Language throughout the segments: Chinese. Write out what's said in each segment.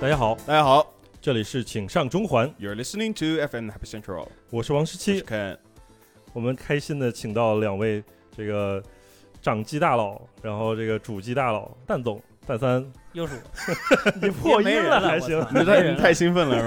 大家好，大家好这里是请上中环， ，You're listening to FM Happy Central。我是王十我是七。 Ken，我们开心的请到两位这个掌机大佬，然后这个主机大佬蛋总、蛋三，又是我， 你破没音人还行我。操你没太人你太兴奋了是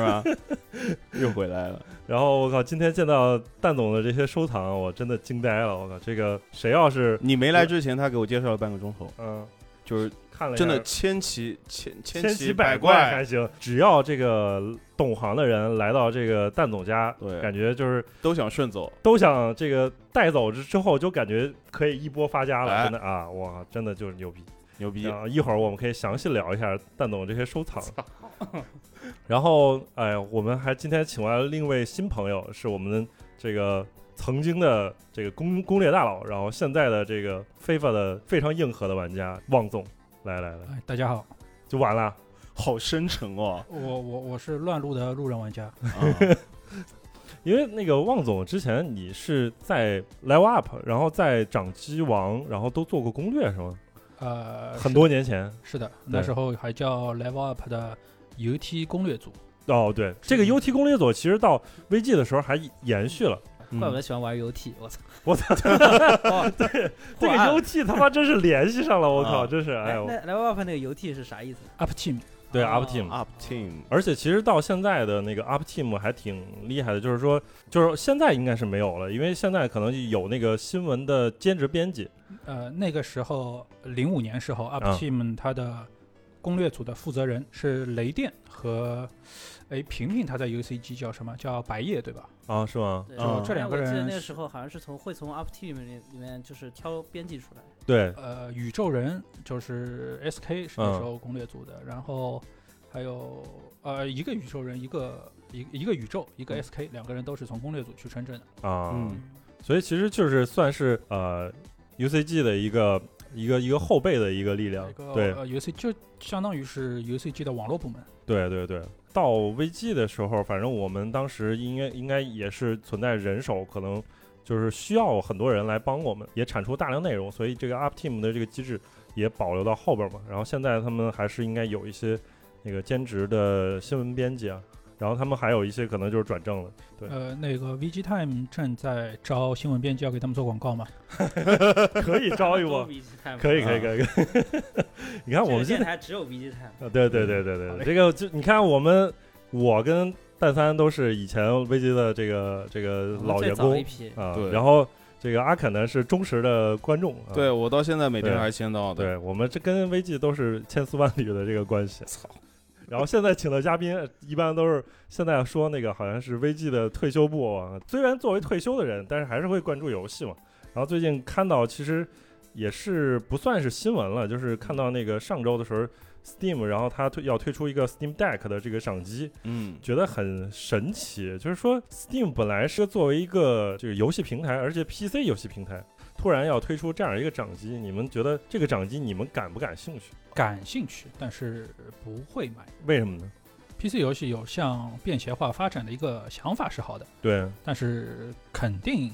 吧？又回来了，然后我靠，今天见到蛋总的这些收藏，我真的惊呆了。我靠，这个谁要是你没来之前他给我介绍了半个钟头，嗯、就是看了一下真的千奇千千奇奇百怪还怪，行，只要这个懂行的人来到这个蛋总家，对感觉就是都想顺走。都想这个带走之之后，就感觉可以一波发家了，哎真的啊，哇，真的就是牛逼。牛逼！啊，一会儿我们可以详细聊一下蛋总这些收藏。然后，哎，我们还今天请来了另一位新朋友，是我们这个曾经的这个攻攻略大佬，然后现在的这个非法的非常硬核的玩家旺总，来来来，哎，大家好，就完了。好深沉 哦！我我我是乱入的路人玩家，嗯啊因为那个旺总之前你是在 Live Up，然后在掌机王，然后都做过攻略是吗？呃，很多年前。是的，那时候还叫 Level Up 的 UT 攻略组，哦，对，这个 UT 攻略组其实到 VG 的时候还延续了。嗯怪不得喜欢玩 UT，我操！ 哦我 操！对，这个 UT 他妈真是联系上了，我靠，啊真是哎哎，呦，那来 Up 那个 UT 是啥意思？ Up Team 对哦 Up Team。 ，Up Team 而且其实到现在的那个 Up Team 还挺厉害的，就是说，就是现在应该是没有了，因为现在可能有那个新闻的兼职编辑，呃，那个时候零五年时候，Up 啊 Team 它的攻略组的负责人是雷电和，哎，平平他在 UCG 叫什么？叫白夜对吧？啊，是吗？对哦这两个人我记得那个是时候好像是从会从 Up Team 里里面就是挑编辑出来，对，呃，宇宙人就是 SK 是嗯那时候攻略组的，然后还有呃一个宇宙人，一个一一个宇宙，一嗯个 SK，、两个人都是从攻略组去深圳的。啊，嗯所以其实就是算是呃 UCG 的一个一个一个后备的一个力量一，个对呃 UC 就相当于是 UCG 的网络部门。对对对。到 VG 的时候，反正我们当时应该应该也是存在人手可能。就是需要很多人来帮我们，也产出大量内容，所以这个 Up Team 的这个机制也保留到后边嘛。然后现在他们还是应该有一些那个兼职的新闻编辑啊，然后他们还有一些可能就是转正了。对呃，那个 VG Time 正在招新闻编辑，要给他们做广告嘛？可以招一都波是，BG Time 可以 可以可以。可以你看这我个们现电在台只有 BG Time，啊，对对对对对，对这个就你看我们，我跟蛋三都是以前危机的这个这个我们老最员早的工一批。啊，对然后这个阿肯呢是忠实的观众，啊、对我到现在每天对还签到的，对，我们这跟危机都是千丝万缕的这个关系。操！然后现在请的嘉宾一般都是现在说那个好像是危机的退休部啊，虽然作为退休的人，但是还是会关注游戏嘛。然后最近看到其实也是不算是新闻了，就是看到那个上周的时候，Steam 然后它推要推出一个 Steam Deck 的这个赏机，嗯，觉得很神奇，就是说 Steam 本来是作为一个这个游戏平台，而且 PC 游戏平台，突然要推出这样一个掌机，你们觉得这个掌机你们感不感兴趣？感兴趣，但是不会买。为什么呢？ PC 游戏有向便携化发展的一个想法是好的，对，但是肯定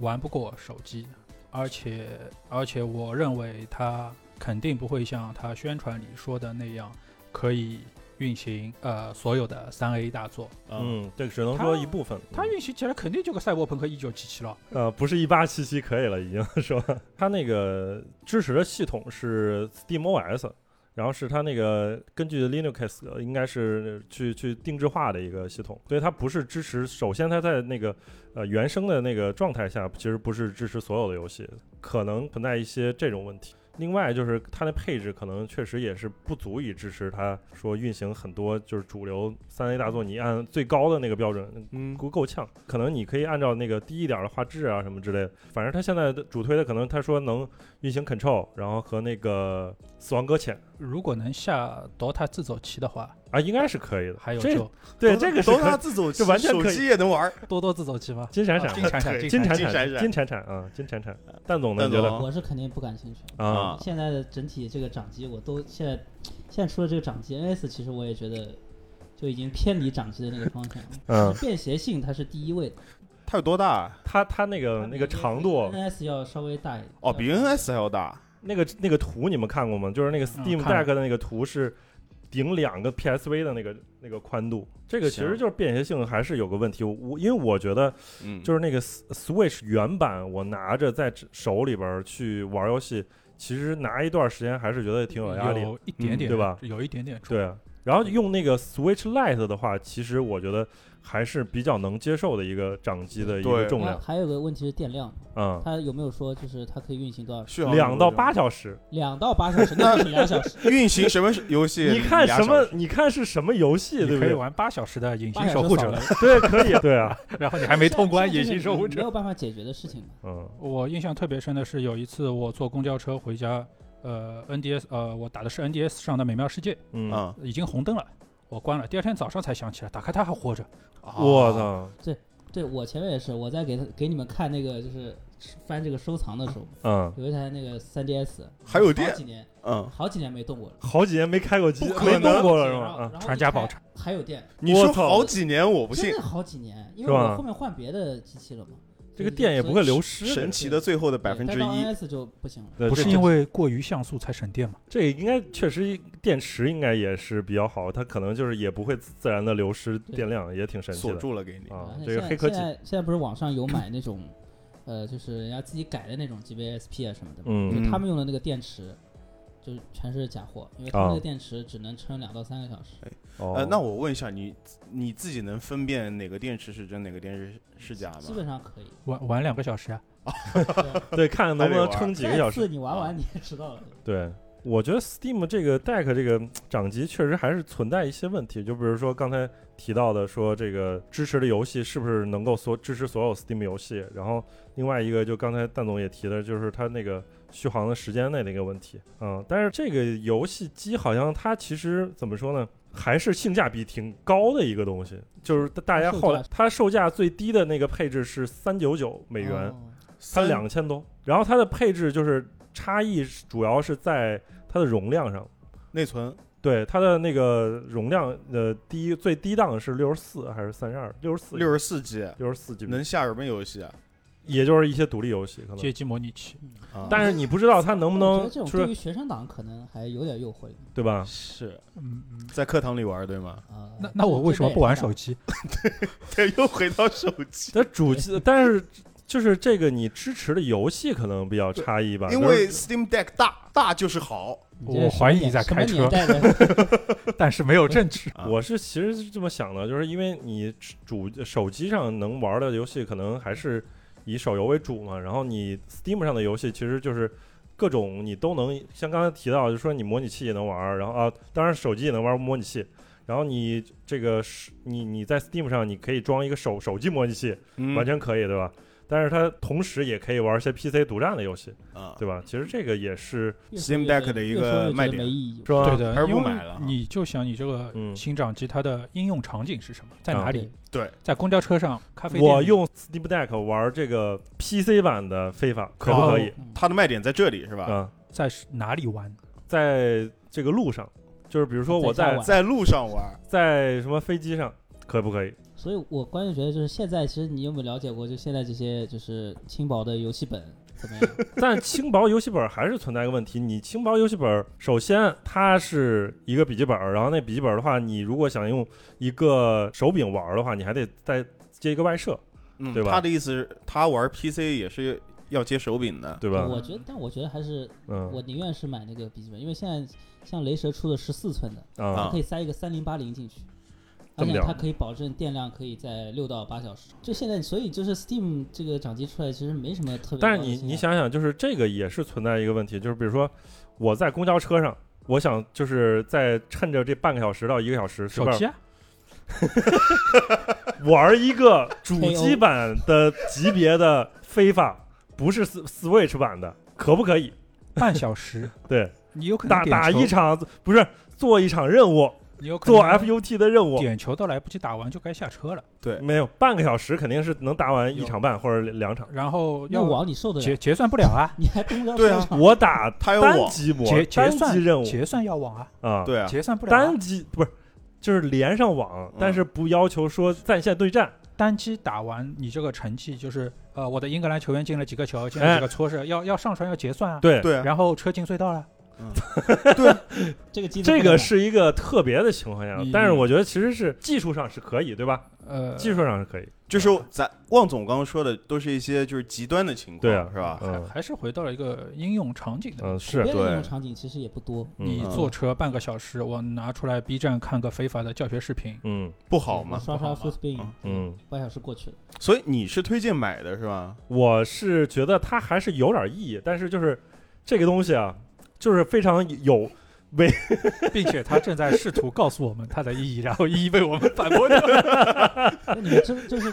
玩不过手机，而且而且我认为它肯定不会像它宣传里说的那样，可以运行呃所有的三 A 大作。嗯，嗯，这只能说一部分，它运行起来肯定就个赛博朋克一九七七了。呃不是一八七七可以了，已经是吧？ 它那个支持的系统是 SteamOS。然后是它那个根据 Linux 呃应该是去去定制化的一个系统，所以它不是支持。首先，它在那个呃原生的那个状态下，其实不是支持所有的游戏的，可能存在一些这种问题。另外就是它的配置可能确实也是不足以支持它说运行很多就是主流三 A 大作，你按最高的那个标准，嗯，够够呛。可能你可以按照那个低一点的画质啊什么之类的，反正它现在的主推的可能他说能运行 Control，然后和那个死亡搁浅如果能下 DOTA 自走棋的话，啊，应该是可以的。还有这就对这个是都可他以自走棋，这完全手可以机也能玩 儿。多多自走棋吧。金闪闪啊金嘛，闪闪，金闪闪金闪闪金闪闪啊，金闪闪。蛋总呢？蛋你觉得总我是肯定不感兴趣。啊啊现在的整体这个掌机，我都现在现在出了这个掌机 NS，其实我也觉得就已经偏离掌机的那个方向了。嗯，便携性它是第一位的，它有多大？它它那个呃那个长度， NS 要稍微大一点。哦，嗯比 NS 还要大。那个那个图你们看过吗？就是那个 Steam 嗯看了 Deck 的那个图是顶两个 PSV 的那个那个宽度，这个其实行就是便携性还是有个问题。我因为我觉得嗯，就是那个 S- Switch 原版，我拿着在手里边儿去玩游戏，其实拿一段时间还是觉得挺有压力的。有一点点，嗯对吧有一点点重。对啊，然后用那个 Switch Lite 的话，其实我觉得还是比较能接受的一个掌机的一个对重然后量，还有个问题是电量，嗯，它有没有说就是它可以运行多少时？续航两到八小小时。两到八小时，那就是两小时。时，运行什么游戏？你看俩什么小时？？你看是什么游戏，对你不可以对？玩八小时的《隐八形小时守护扫者雷》，对，可 以，对啊， 然后你还没通 关《这隐样这样形是守护没者有》。办法解决的事情嘛。嗯我印象特别深的是有一次我坐公交车回家，呃，NDS，呃，我打的是 NDS 上的《美妙世界》，嗯，嗯，已经红灯了，我关了。第二天早上才想起来，打开它还活着。啊我操，对我前面也是，我在给他给你们看那个就是翻这个收藏的时候，嗯，有一台那个 3DS，还有好电几年嗯，好几年没动过了，好几年没开过机，不可没能动过了是然后吗？然啊，后传一家开宝产还有电，你说我操好几年我不信真，的好几年，因是为吧我后面换别的机器了嘛，这个电也不会流失的，神奇的最后的百分之一 NS 就不行了。对不这是因为过于像素才省电吗？这应该确实电池应该也是比较好，它可能就是也不会自然的流失电量，也挺神奇锁的住了给你。啊而。且这个现在黑科技现，在现在不是网上有买那种， 呃，就是人家自己改的那种 GBSP 啊什么的嘛，嗯就他们用的那个电池，就是全是假货，因为他啊们那个电池只能撑两到三个小时。哦呃，，那我问一下，你你自己能分辨哪个电池是真，哪个电池是假嗯基吗？本上可以。玩玩两个小时啊，对，看看能不能撑几个小再时次。你玩完你也知道了。对，我觉得 Steam 这个 Deck 这个嗯掌机确实还是存在一些问题，就比如说刚才提到的，说这个支持的游戏是不是能够所支持所有 Steam 游戏，然后另外一个就刚才蛋总也提的，就是它那个续航的时间内的一个问题。嗯，但是这个游戏机好像它其实怎么说呢？还是性价比挺高的一个东西，就是大家后来售价它售价最低的那个配置是三九九美元，哦它三两千多，然后它的配置就是差异是主要是在它的容量上，内存对它的那个容量，呃，低最低档是六十四还是三十二？六十四，六十四 G，六十四 G，能下什么游戏啊？也就是一些独立游戏可能街。机模拟器。啊但是你不知道它能 不嗯我觉能得这就种是对于学生党可能还有点诱惑力对吧？是嗯嗯。在课堂里玩 对吗？啊。那那我为什么不玩手机？机？对，又回到手机，它主机，但是就是这个你支持的游戏可能比较差异吧，因就是为 Steam Deck 大大就是好你这是我怀疑你在什么开年什车么年代 的但是没有证据。啊我是其实是这么想的，就是因为你主手机上能玩的游戏可能还是以手游为主嘛，然后你 Steam 上的游戏其实就是各种你都能，像刚才提到，就说你模拟器也能玩，然后啊，当然手机也能玩模拟器，然后你这个是你你在 Steam 上你可以装一个手手机模拟器，嗯嗯完全可以，对吧？但是它同时也可以玩一些 PC 独占的游戏，啊，对吧？其实这个也是越说 Steam 越 Deck 的一越个说越觉得卖点没意义。是吧？ 对还的，是因不为买了啊你就想你这个嗯新掌机，它的应用场景是什么？在啊哪里？对，在公交车上、咖啡店里。我用 Steam Deck 玩这个 PC 版的非法可不哦可以？嗯它的卖点在这里是吧？啊，在是哪里玩？在这个路上，就是比如说我在家在玩在路上玩，在什么飞机上，可不可 以？所以我关键觉得就是现在，其实你有没有了解过，就现在这些就是轻薄的游戏本怎 么样？但轻薄游戏本还是存在一个问题，你轻薄游戏本首先它是一个笔记本，然后那笔记本的话，你如果想用一个手柄玩的话，你还得再接一个外设，嗯对吧他的意思是，他玩 PC 也是要接手柄的。对吧？我觉得，但我觉得还是我嗯宁愿是买那个笔记本，因为现在像雷蛇出的十四寸的，它啊啊可以塞一个三零八零进去，这么而且屌它可以保证电量可以在六到八小时。就现在，所以就是 Steam 这个掌机出来，其实没什么特别高但的是性价比。你你想想，就是这个也是存在一个问题，就是比如说我在公交车上，我想就是在趁着这半个小时到一个小时，随手便机啊，玩一个主机版的级别的非法，不是 S- Switch 版的，可不可以？ 半小时。对，你有可能打点打球一，场不是做一场任务，你有可能啊做 FUT 的任务，点球都来不及打完就该下车了，没有半个小时肯定是能打完一有场半或者两场。然后那要网你受得结了？结算不了啊，你还公交对车啊嗯上？我打他有单我机模结单结机任算务结算要网啊，哦啊，对啊，结算不了啊单，机不是就是连上网嗯，但是不要求说在线对战。单机打完你这个成绩就是呃，我的英格兰球员进了几个球，进哎了几个搓射，要要上传要结算啊，对，对啊，然后车进隧道了，这个机子这不能个打是一个特别的情况下你，但是我觉得其实是技术上是可以，对吧？呃，技术上是可以，就是咱旺总刚刚说的，都是一些就是极端的情况，对啊，是吧？还嗯还是回到了一个应用场景的问嗯题，普是，遍的对那种场景其实也不多，你嗯坐车半个小时，我拿出来 B 站看个非法的教学视频，嗯不好嘛。刷刷不好 full 嘛 spin，嗯，半小时过去了，所以你是推荐买的是吧？我是觉得它还是有点意义，但是就是这个东西啊，就是非常有 并且他正在试图告诉我们它的意义，然后一一被我们反驳掉。那你们真就是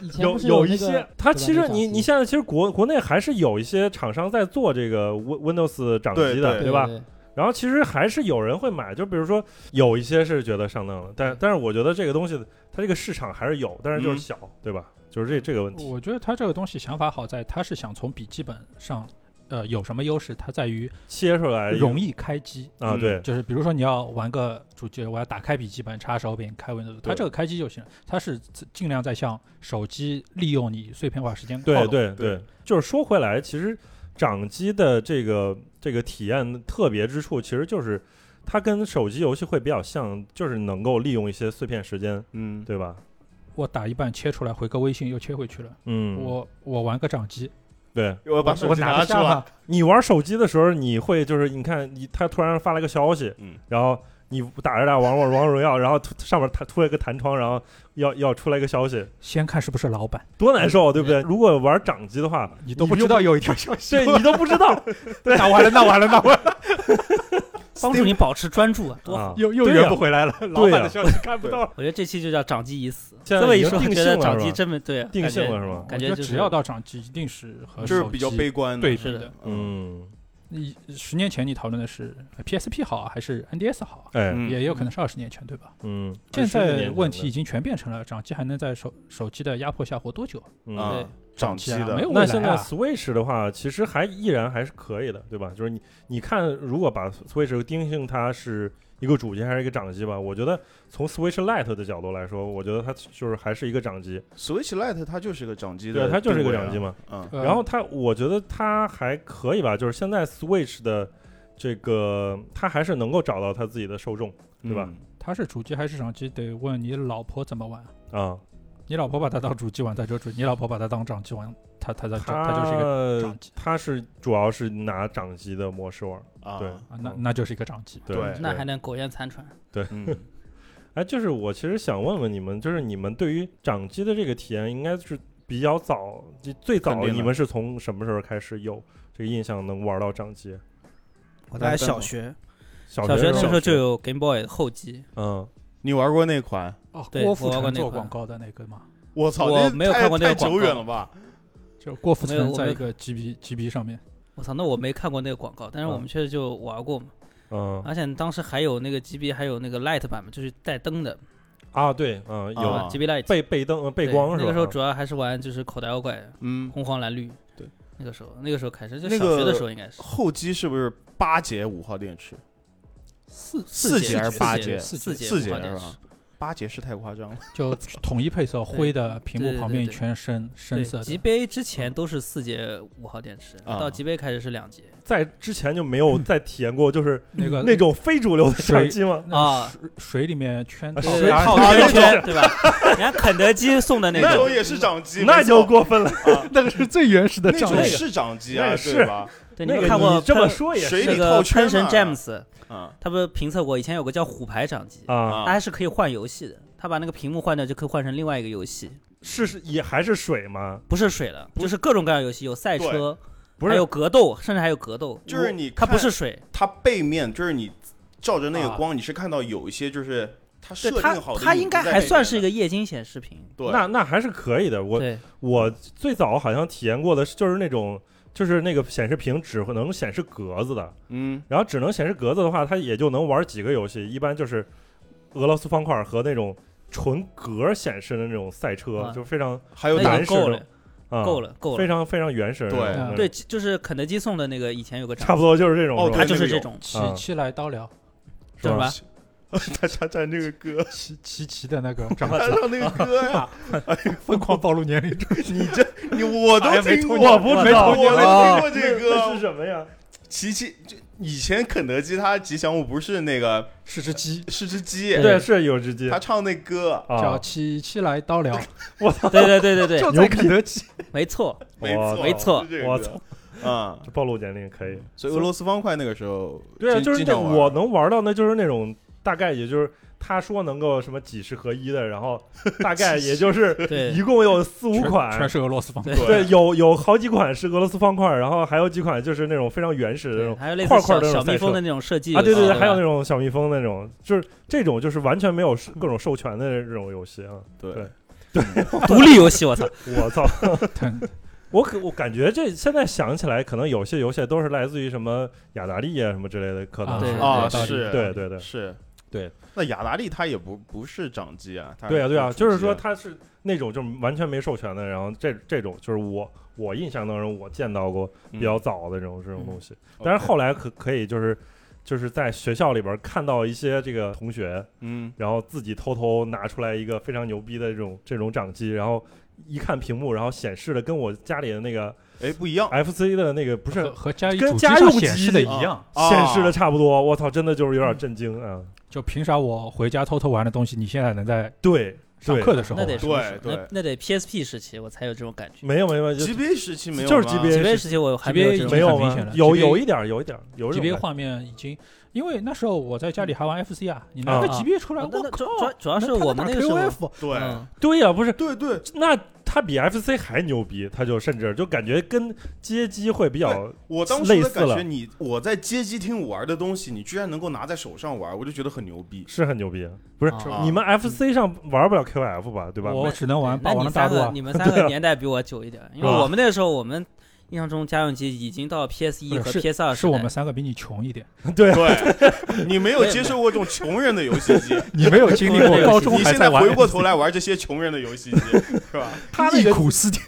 以前有不是有一那些个，它对吧其那实掌你机你现在其实国国内还是有一些厂商在做这个 Win Windows 掌对机的，对对吧？？然后其实还是有人会买，就比如说有一些是觉得上当了，但但是我觉得这个东西它这个市场还是有，但是就是嗯小，对吧？就是这这个问题， 我觉得他这个东西想法好在，他是想从笔记本上，呃，有什么优势？它在于切出来容易开机，啊，嗯对，就是比如说你要玩个主机，我要打开笔记本，插手柄，开 Windows，它这个开机就行。它是尽量在向手机利用你碎片化时间靠对拢。对对对，就是说回来，其实掌机的这个这个体验特别之处，其实就是它跟手机游戏会比较像，就是能够利用一些碎片时间，嗯，对吧？我打一半切出来，回个微信又切回去了。嗯，我我玩个掌机，对我把我手我机拿拿得出下来，吗？你玩手机的时候，你会就是你看你他突然发了个消息，嗯，然后你打着打王者王者荣耀，然后突上面弹出来一个弹窗，然后要要出来一个消息，先看是不是老板，多难受，啊对不对？如果玩掌机的 话，你都不知道有一条消息对你都不知道 那完了，那完了，那完了，帮助你保持专注啊，多好！啊。又又对呀圆不回来了，老板呀的消 息看不到了。我觉得这期就叫掌机已死。现在这么一已经说，我定觉性得了掌是机吧真没对啊，定性感了觉是吗？感觉我就是只要到掌机，一定是啊和这是手比较机悲观的。对比是的的。嗯，你十年前你讨论的是呃 PSP 好还是 NDS 好啊，哎，嗯也有可能是二十年前，对吧？嗯，现20在年问前题已经全变成了掌机还能在手手机的压迫下活多久？的，嗯啊对，长期啊的没有那未现来在啊。 Switch 的话，其实还依然还是可以的，对吧？就是你你看，如果把 Switch 定性它是一个主机还是一个掌机吧，我觉得从 Switch Lite 的角度来说，我觉得它就是还是一个掌机， Switch Lite 它就是个掌机对，的定位啊，它就是一个掌机嘛。嗯，呃然后它，我觉得它还可以吧，就是现在 Switch 的这个，它还是能够找到它自己的受众对吧嗯？它是主机还是掌机，得问你老婆怎么玩。啊。你老婆把它当主机玩，它就主；你老婆把它当掌机玩，它它它它就是一个它掌机它是主要是拿掌机的模式玩儿，啊，对啊，那那就是一个掌机。对那还能苟延残喘。嗯，哎，就是我其实想问问你们，就是你们对于掌机的这个体验，应该是比较早，就最肯早定的你们是从什么时候开始有这个印象能玩到掌机？我大概小学，小小学学那时时候候就有 Game Boy 的后机，嗯，你玩过那款？哦，对郭富我玩过城那做款广告的那个嘛，我操，我那没有看过那太个太广告久远了吧？就郭富没有城我在没一个 GB GB 上面。我操，那我没看过那个广告，但是我嗯们确实就玩过嘛。嗯而且当时还有那个 GB，还有那个 Light 版嘛，就是带灯的，啊，对，嗯，对吧有啊 GB Light 背背灯、呃背对光是那吧？个时候主要还是玩就是口袋妖怪，嗯，红黄蓝绿。对，那个时候那个时候开始，就那小学个的时候应该是后机是不是八节五号电池？四四节节还是八节节？四四节节四节五花是电吧视八节是太夸张了。就统一配色，灰的屏幕对对旁边一对圈深深对色的。 ，GBA 之前都是四节五号电池，啊到 GBA 开始是两节。在之前就没 有再体验过，就是那个那种非主流的水掌机吗？那啊水水里面圈啊套水的套套啊那圈种圈，对吧？人家肯德基送的那那种种，也是掌机，那没就错过分了，那个是最原始的那障种碍。是掌机那啊，也是对吧？对，你那们个看过你这么喷说也水是那里套个圈喷嘛神 James，啊他不是评测过，以前有个叫虎牌掌机，啊，啊它还是可以换游戏的。他把那个屏幕换掉，就可以换成另外一个游戏，是是也还是水吗？不是水了，就是各种各样的游戏，有赛车，不还是有格斗，甚至还有格斗。就是你它看不是水，它背面，就是你照着那个啊光，你是看到有一些就是它设定对它好的，它应该还算是一个液晶显示屏。对那那还是可以的，我对，我最早好像体验过的是，就是那种就是那个显示屏只会能显示格子的，嗯，然后只能显示格子的话，它也就能玩几个游戏，一般就是俄罗斯方块和那种纯格显示的那种赛车，啊就非常还有那哪男那士就够了的，啊够了，够非了。常非常原始的那种，嗯对对，就就是肯德基送的那个，以前有个差不多多，就是这种，哦是吧它对就是那个这有种，齐啊齐来刀聊，叫什 么？ 他他唱这个 歌，齐齐齐的那个长他唱那个歌呀，疯狂暴露年龄，你这你我都哎呀没听过，童年我不知道我没啊听过这那是个。什么呀？琪琪，这以前肯德基它吉祥物不是那个是只鸡，是只鸡，对，是有啊只鸡他唱那歌叫啊，齐齐来刀聊，对对对对对，牛逼，德基。没错，没哇错没错是这个我歌操，啊。暴露年龄可以。 所以俄罗斯方块那个时候， 对啊，经就是经那常玩我能玩到，那就是那种大概也就是他说能够什么几十合一的，然后大概也就是对一共有四五全全款，是俄罗斯方块，对对，有有好几款是俄罗斯方块，然后还有几款就是那种非常原始的那对种还有类似块小块的那种小赛蜜车蜂的那种设计啊，对对游戏对，还有那吧种小蜜蜂那种，就是这种就是完全没有各种授权的这种游戏啊，对对独立游 戏，我操，我操！腾我可我感觉这现在想起来，可能有些游戏都是来自于什么雅达利啊什么之类的，可能 啊是对啊是对对对对是，对。那雅达利它也不不是掌机啊，它对啊对啊，主机就是说它是那种就是完全没授权的，然后这这种就是我我印象当中我见到过比嗯较早的这种这种东西，但是后来可可以就是。就是在学校里边看到一些这个同学，嗯然后自己偷偷拿出来一个非常牛逼的这种这种掌机，然后一看屏幕，然后显示的跟我家里的那个哎不一哦样， FC 的那个不是和和家跟主机家上用显机示的一一样。啊显示的差不多，我操，真的就是有嗯点震惊啊！就凭啥我回家偷偷玩的东西，你现在能在对，上对课的时候那得玩？什么时对候对那那得 PSP 时期我才有这种感觉。没有没有没有，就 GBA 时期没有就是吗 GBA 几位时期我还没有这种没有很明吗显了有 GBA 有一点儿，有一点儿，有一 G B A 种感画面已经，因为那时候我在家里还玩 F C 啊，你拿个啊 G B A 出来，哦那我那靠主！主主要是我们那个时 K 候，O F，对、嗯对呀、不是，对对，那他比 FC 还牛逼，他就甚至就感觉跟街机会比较我当时类的似感了觉你，我在街机厅玩的东西，你居然能够拿在手上玩，我就觉得很牛 逼。是很牛逼，不是？啊啊你们 FC 上玩不了 QF 吧？对吧？我只能玩《那霸王你的大三陆》个啊，你们 三个年代比我久一点，因为我们那个时候我们印象中家用机已经到 PS 一不和是 PS 二是我们三个比你 穷一点，对啊，对，你没有接受过这种穷人的游戏 机，你没有经历过高中你还现在在玩回过头来玩这些穷人的游戏机，是 吧？他那个忆苦思甜，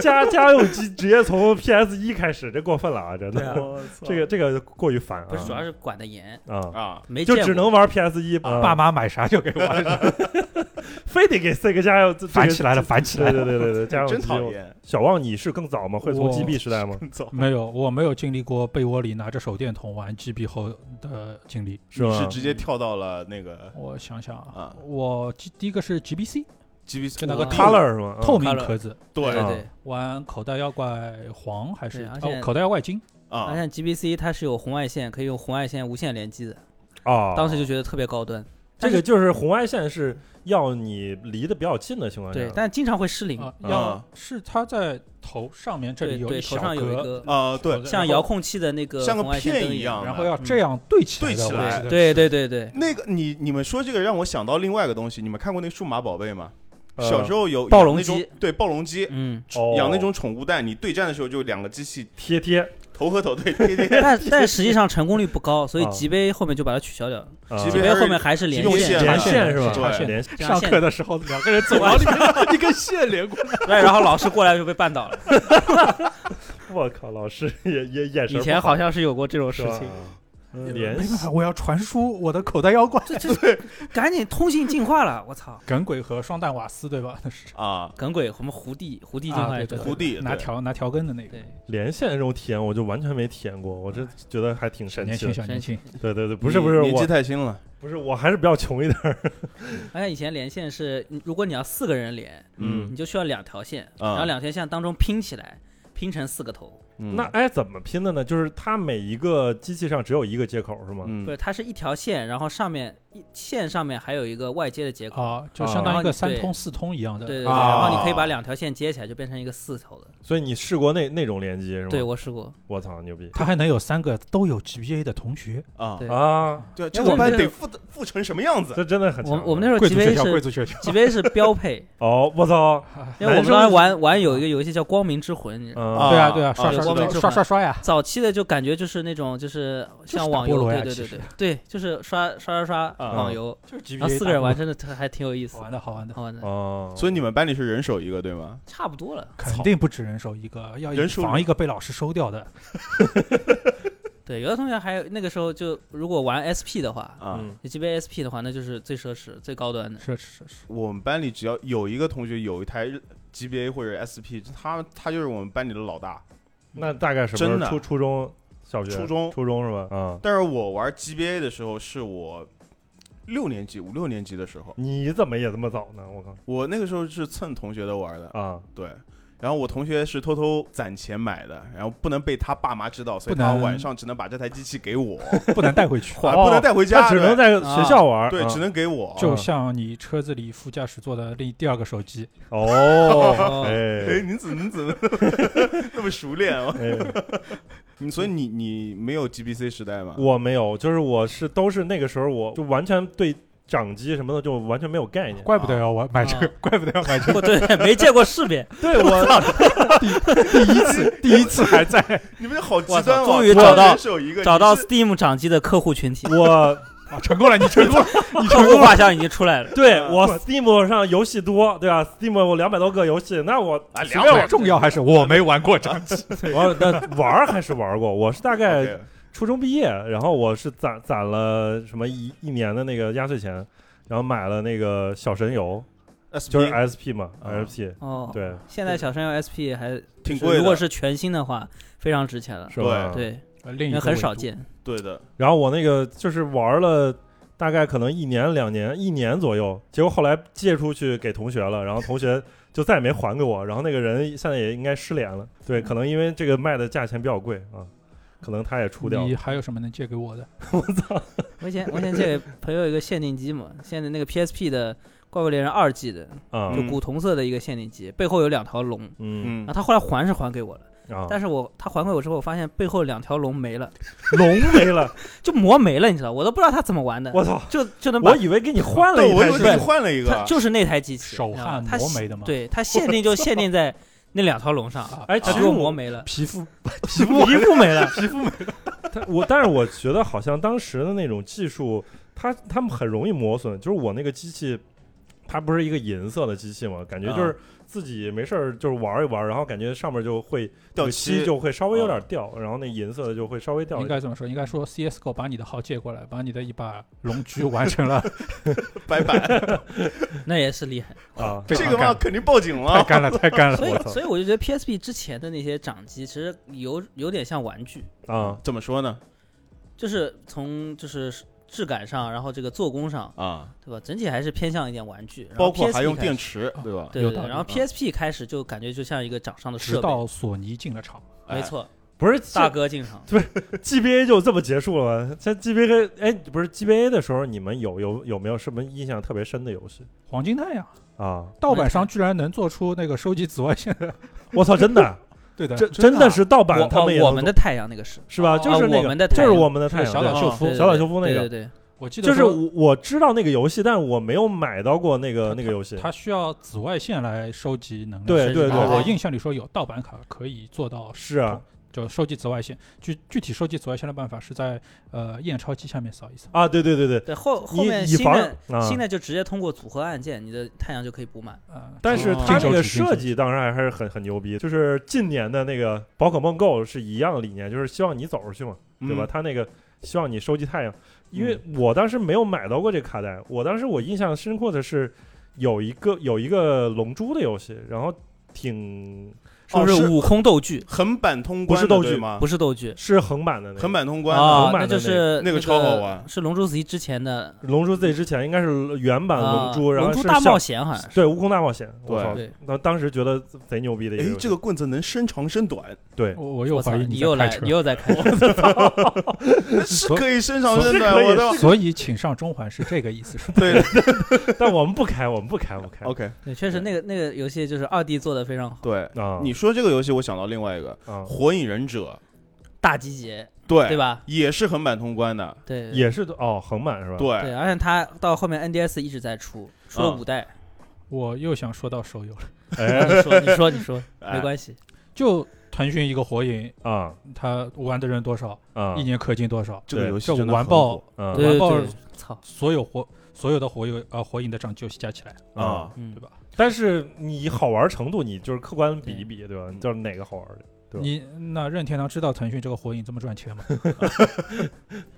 家家用机直接从 PS 一开始，这过分了啊！真的， 这个这个过于烦不是主要啊是管得严，啊！啊，没就见只过能玩 PS 一，啊啊啊爸妈买啥就给 我，非得给 Sega 家用烦起来了，。烦起这个来对对了。对对对，家用真机讨我。 厌。小旺，你是更早吗？会从我 GB 时代吗？走，没有，我没有经历过被窝里拿着手电筒玩 G B 后的经历。是你吗是？直接跳到了那个我想想啊啊，我第第一个是 G B C 嗯 G B 就那个哇 Color 是吗？嗯透明 Color 壳子，对对啊对，玩口袋妖怪黄还是对而哦且口袋妖怪金？而啊，且 GBC 它是有红外线，可以用红外线无线联机的，哦，当时就觉得特别高端。这但个是就是红外线是要你离得比较近的情况下，对，但经常会失灵，啊，嗯要是它在头上面这对里有对，一头小上有一格，个啊，对，像遥控器的那个像个红外线片灯一样然后要嗯这样啊对起来对的，起我来记得对对对对，那个你你们说这个让我想到另外一个东西，你们看过那个数码宝贝吗？呃小时候有暴养龙那种机，对暴龙机，嗯，哦养那种宠物蛋，你对战的时候就两个机器贴贴，头和头对贴贴，但但实际上成功率不高，所以啊吉杯后面就把它取消掉了。啊级吉别杯后面还是连用线连的线是吧？插对线连线这样上线课的时候两 个人 走廊里面一根线连过来， 对，然后老师过来就被绊倒了。我靠，老师也也眼神以前好像是有过这种事是吧情，嗯连没办法，哎我要传输我的口袋妖怪这这 赶紧通信进化了，我操！耿鬼和双蛋瓦斯对吧？那 是啊，耿鬼我们胡弟胡弟进啊化对也对对对胡弟拿对条拿条根的那个。对连线这种体验，我就完全没体验过，我这觉得还挺小神年奇轻，的。小年轻，对对对，不是你不是年纪我太轻了。不是我还是比较穷一点儿。而且以前连线是，你如果你要四个人连，嗯你就需要两条线，啊嗯然后两条线当中拼起来，拼成四个头。嗯那哎，怎么拼的呢？就是它每一个机器上只有一个接口是吗？嗯不是，它是一条线，然后上面一线上面还有一个外接的接口。啊，就相当于一个啊三通四通一样的。对对对，啊然后你可以把两条线接起来，就变成一个四头的。所以你试过那那种联机是吗？对，我试过，我操，牛逼他还能有三个都有 GBA 的同学，啊对啊！对啊，因这为个我们班这得个富的富成什么样子？这真的很我强。啊我们那时候贵族学 GBA 校，贵 是族学校， GBA 是标配，哦，我操，因为我们当时玩玩有一个游戏叫《光明之魂》你知道吗，嗯啊对啊对啊，刷有刷光明之刷刷环刷呀，早期的就感觉就是那种就是像网游，就是打菠萝对呀对对其对实对，就是刷刷刷刷啊网游，就是然后 GBA 四个人玩，真的特还挺有意思好，嗯玩的好玩的，好玩的，哦，所以你们班里是人手一个对吗？差不多了。肯定不止人手一个，要人以手防一个被老师收掉的。对，有的同学还有那个时候就如果玩 SP 的话，啊，嗯就 GB SP 的话，那就是最奢侈、最高端的。是是是，我们班里只要有一个同学有一台 GBA 或者 SP，他他就是我们班里的老大。那大概什么时候真的啊初初中、小学、初中初中是吧？啊，但是我玩 GBA 的时候是我六年级、五六年级的时候，你怎么也这么早呢？我靠我那个时候是蹭同学的玩的，啊！对。然后我同学是偷偷攒钱买的，然后不能被他爸妈知道，所以不能他晚上只能把这台机器给 我，。不能带回去啊不能带回家，他只能对在学校玩，对，啊只能给我。啊 就像你车子里副驾驶座的另第二个手机， 哦， 哎，哎您怎您怎么那么熟练啊？哎，你所以你你没有 GBC 时代吗？我没有，就是我是都是那个时候，我就完全对掌机什么的就完全没有概念。怪不得要玩买这个，怪不得要买 这哦，对，没见过世面，对我，个。第一次，第一次还在，你们这好极我端操哦！终于我找到人手一个， 找到你是 Steam 掌机的客户 群体，我啊成功了，你成功了，你成客户功了。画像已经出来 了。对我 Steam 上游戏多，对吧？Steam 我两百多个游戏，那我 啊随两便玩百重要还是我没玩过掌机，我那玩儿还是玩过，我是大概 OK 初中毕业，然后我是攒攒了什么一一年的那个压岁钱，然后买了那个小神游， SP 就是哎 SP 嘛啊，SP，哦，对，现在小山药 SP 还挺是贵的，啊如果是全新的话，非常值钱了。是吧？。对，呃另一因为个很维少度。见。对的，然后我那个就是玩了大概可能一年两年一年左右，结果后来借出去给同学了，然后同学就再也没还给我，然后那个人现在也应该失联了，对，可能因为这个卖的价钱比较贵啊，嗯可能他也出掉了你还有什么能借给我的？我以前我以前借给朋友一个限定机嘛，现在那个 PSP 的《怪物猎人》二 G 的，啊，就古铜色的一个限定机，背后有两条龙。嗯嗯然后，他后来还是还给我了，啊，但是我他还给我之后，我发现背后两条龙没了，龙没了，就磨没了，你知道，我都不知道他怎么玩的，我操！就就能把我以为给你换了对，一我台以为是给吧你换了一它个，就是那台机器，手汗它磨限没的吗对，它限定就限定在那两 条龙上，哎，它其啊只实有我磨没了。皮 肤皮肤皮肤没了，皮肤没了。 他我，但是我觉得好像当时的那种技术，它他们很容易磨损。就是我那个机器，它不是一个银色的机器嘛，感觉就是自己没事儿就是玩一玩，然后感觉上面就会掉那个漆漆啊就会稍微有点掉，然后那银色的就会稍微掉一应点。该怎么说？应该说 CSGO 把你的号借过来，把你的一把龙狙完成了白板，那也 是厉害。啊，非这常个嘛干，肯定报警太了。干了，太干了。所以我，操所以我就觉得 PSP 之前的那些掌机其实有有点像玩具，啊，怎么说呢？就是从就是质感上，然后这个做工上，啊，对吧？整体还是偏向一点玩具，然后包括 PSP 还用电开始。池，对吧？对有对道对，理啊然后 PSP 开始就感觉就像一个掌上的直哎设备，到索尼进了场。哎没错，不是大哥进场， GBA 就这么结束了吗？像 GBA，哎，不是 GBA 的时候，你们有有有没有什么印象特别深的游戏黄金太阳啊？盗版商居然能做出那个收集紫外线的，我操，真的，对的，啊这 真真的是盗版，我哦他们也我能们做的太阳那个是是吧？就是我那个们的太就是阳我们的太阳，是小岛对秀哦夫对对。小岛对秀夫那对个对对，我记得就是说我我知道那个游戏，但我没有买到过那个它那个游戏。它需要紫外线来收集能量。对对是对，的我对印象里说有盗版卡可以做到，是啊就收集紫外线。具具体收集紫外线的办法是在呃验钞机下面扫一扫。啊，对对对对，对后后你面以新防的啊，新的就直接通过组合按键，你的太阳就可以补满。呃，但是它进这个手指进手设计当然还是很很牛逼，就是近年的那个宝可梦 Go 是一样的理念，就是希望你走出去嘛，对吧？嗯它那个希望你收集太阳，因为我当时没有买到过这个卡带，我当时我印象深刻的是有一个有一个龙珠的游戏，然后挺是不哦是悟空斗剧？横版通不关是的斗对剧吗？不是斗剧是横版的那个横版通关的啊横，版那的就那个是那个超好玩是《龙珠 Z》之前的龙珠 Z 之前应该是原版啊龙珠，然后龙珠是大像冒险好像是。对悟空大冒险，我对操对，那当时觉得贼牛逼的一个哎游，戏这个棍子能伸长伸短，对，我我又我操，怀疑你在又开来，车你。又在开车。是所可以伸长伸是短，可以我都所以请上中环是这个意思是吧？对但我们不开，我们不开，不开。 ，OK， 对，确实那个那个游戏就是二 D 做的非常好。对，啊，你说这个游戏，我想到另外一个啊《火影忍者》，大集结，对对吧？也是横版通关的，对，也是哦，横版是吧？对对，而且它到后面 NDS 一直在出，出了嗯五代。我又想说到手游了，哎你说，你说，你说，哎没关系。就腾讯一个火影，啊他玩的人多少，啊一年氪金多少，这个对游戏这真的完很爆火啊对对完爆对，操，所有火所有的火影呃火影的掌机游戏加起来，啊！嗯对，吧？但是你好玩程度，你就是客观比一比，对吧？嗯就是哪个好玩的？对吧你那任天堂知道腾讯这个火影这么赚钱吗？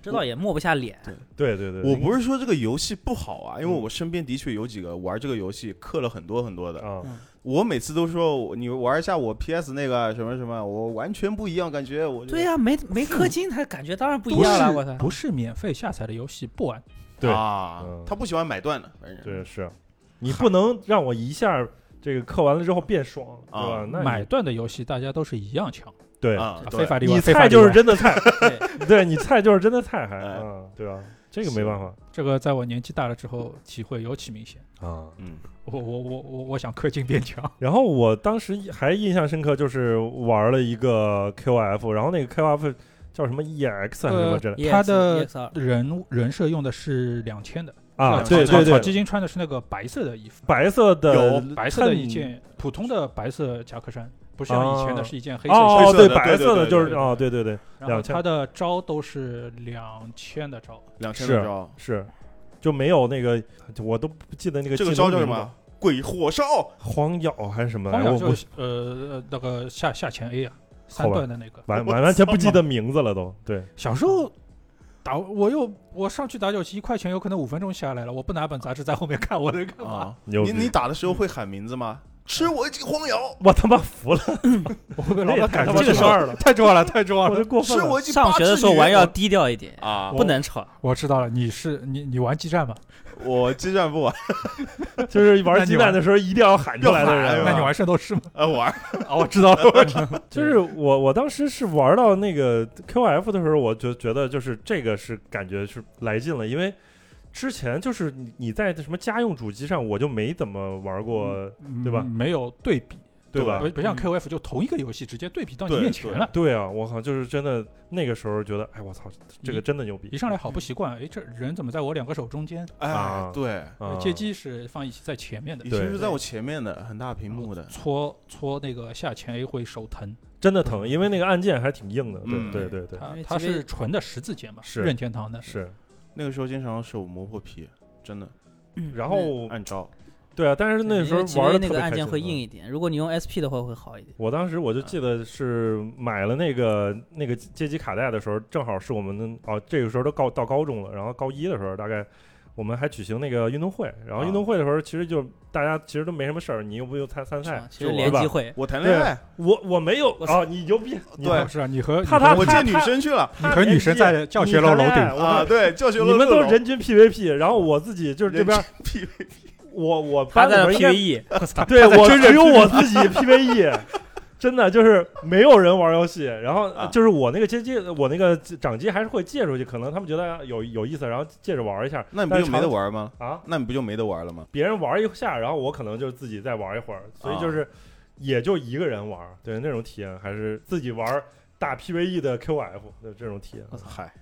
这倒也抹不下脸。对对对，我应嗯不是说这个游戏不好啊，因为我身边的确有几个玩这个游戏氪了很多很多的。嗯啊，我每次都说你玩一下我 PS 那个什么什么，我完全不一样，感觉我就对呀，没没氪金，它感觉当然不一样了。我操，不是免费下载的游戏不玩，对啊嗯，他不喜欢买断的，反正对是，你不能让我一下这个氪完了之后变爽，对啊吧？那你买断的游戏大家都是一样强，对，啊，非对法例你外，非法菜例就是外真的 菜，对对你菜就是真的菜，还哎啊，对吧？这个没办法这个，在我年纪大了之后体会尤其明显。啊。嗯，我我我我我想氪金变强，然后我当时还印象深刻，就是玩了一个 QF，然后那个 QF 叫什么 EX 还是什么呃之类，E，的它的 EX 2人人设用的是两千的啊？两对场对呃草对，基金穿的是那个白色的衣服，白色的有白色的一衬件普通的白色夹克衫，不像以前的啊是一件黑色的哦衫。哦，黑色的白对色的对对就是对哦，对对对，然后2000它的招都是两千的招，两千是多招，是，就没有那个，我都不记得那个这个技招能叫什名字么？鬼火烧，荒咬还是什么来荒着？野我就我是呃呃那个下下前 A 啊，好三吧段的那个。完我完完全不记得名字了都。对，小时候打我又我上去打游戏一块钱，有可能五分钟下来了，我不拿本杂志在后面看，我能干嘛？啊！牛你逼你打的时嗯候会喊名字吗？吃我一记荒摇，我他妈服了， 我会被老这也板太赶他出妈去事了。儿了，太重要了，太重要我了！就过分吃了。我一记八上学的时候只鱼玩要低调一点，啊！不能吵。我知道了，你是你你玩激战吧？我激战不玩，就是玩那你鸡蛋玩的时候一定要喊出来的要喊人对啊。那你玩圣斗 士吗？呃，玩啊，哎我知道了。就是我我当时是玩到那个 QF 的时候，我就觉得就是这个是感觉是来劲了，因为。之前就是你你在什么家用主机上，我就没怎么玩过，对吧嗯没有 对比，对吧？不不嗯像 KOF 就同一个游戏直接对比到你对面前对了。对啊，我靠，就是真的那个时候觉得，哎，我操，这个真的牛逼一上来好不习惯，哎，这人怎么在我两个手中间？哎啊，对，啊！街机是放一起在前面的以，对前是在我前面的，很大屏幕的，搓搓那个下前 A 会手疼。真的疼，因为那个按键还挺硬的。对、嗯对对对，它因为它其实是纯的十字键嘛，是任天堂的。是。那个时候经常手磨破皮，真的然后按招。对啊，但是那时候嗯因为玩的那特别个开按键心。嗯会硬一点，如果你用 SP 的话会好一点。我当时我就嗯记得是买了那个那个街机卡带的时候，正好是我们哦，这个时候都高到高中了，然后高一的时候大概。我们还举行那个运动会，然后运啊动会的时候，其实就大家其实都没什么事儿，你又不用参参是赛吧，啊其实就联玩机吧会，我谈恋爱，我我没有我啊，你牛 逼，你对哦是啊，你他和你和他我他见女生去了你和女神在教学楼楼顶啊！啊，对，教学你楼们六都是楼人均 PVP，然后我自己就是这边人我我他班里在边应该 PVE，对我只有我自己 PVE，真的就是没有人玩游戏。然后啊就是我那个街机，我那个掌机还是会借出去，可能他们觉得有有意思，然后借着玩一下那你不但就没得常玩吗？啊。那你不就没得玩了吗？别人玩一下，然后我可能就自己再玩一会儿，所以啊就是也就一个人玩，对那种体验还是自己玩打 PVE E 的 QF 的这种体验。嗨，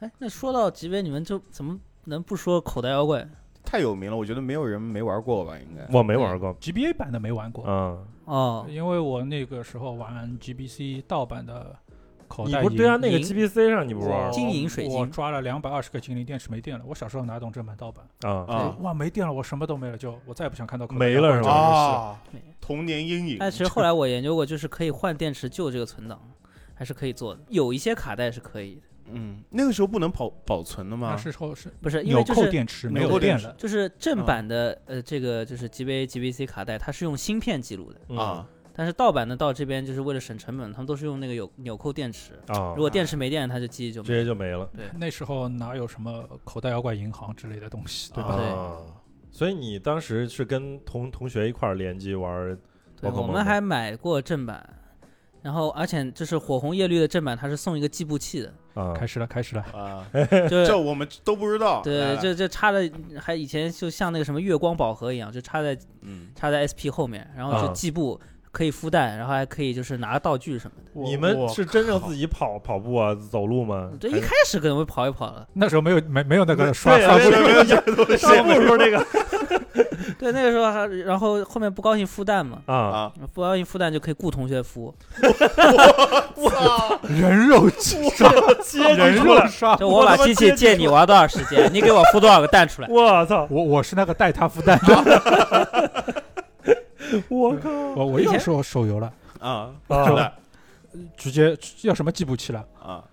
哎，那说到级别，你们就怎么能不说口袋妖怪？太有名了，我觉得没有人没玩过吧？应该我没玩过， GBA 版的没玩过，嗯，哦，因为我那个时候玩 GBC 盗版的口你袋不是对啊？银那个银 GBC 上你不是玩我金银水哦我晶抓了两百二十个精灵，电池没电了。我小时候哪懂正版盗版？啊？啊哇，没电了，我什么都没了，就我再也不想看到口袋没妖了怪是这吧哦种游戏了啊对，童年阴影。 但其实后来我研究过，就是可以换电池救这个存档，还是可以做的。有一些卡带是可以的， 嗯，那个时候不能保保存的那吗？是后是不是因纽为就扣是电池纽没有扣电电池了，就是正版的呃这个就是 GBA、GBC 卡带，它是用芯片记录的，嗯啊，但是盗版的到这边就是为了省成本，他们都是用那个有纽扣电池。啊哦如，果电池没电，它就记忆就直没接了。就没了。那时候哪有什么口袋妖怪银行之类的东西，对吧？对啊所以你当时是跟同同学一块儿联机玩儿对，宝可我梦吗们还买过正版，然后而且就是火红叶绿的正版，它是送一个计步器 的，啊开始了，开始了，啊， 就是这我们都不知道。哎来对，来这这插的还以前就像那个什么月光宝盒一样，就插在嗯 插在 SP 后面，然后啊就计步。可以孵蛋，然后还可以就是拿道具什么的。你们是真正自己己跑跑步啊，走路嗯吗？这还一是开始可能会跑一跑了，那时候没有没没有那个刷对啊刷步对对对对 对对 上步时候那个对，那个时候还然后后面不高兴孵蛋嘛， 啊， 啊！不高兴孵蛋就可以雇同学孵。啊人肉 刷，人肉刷。 就我把机器借你玩多少时间，你给我孵多少个蛋出来。我操，我我是那个带他孵蛋的， 我靠我我以用前时候手游了，啊是啊！吧直接要什么计步器了，啊！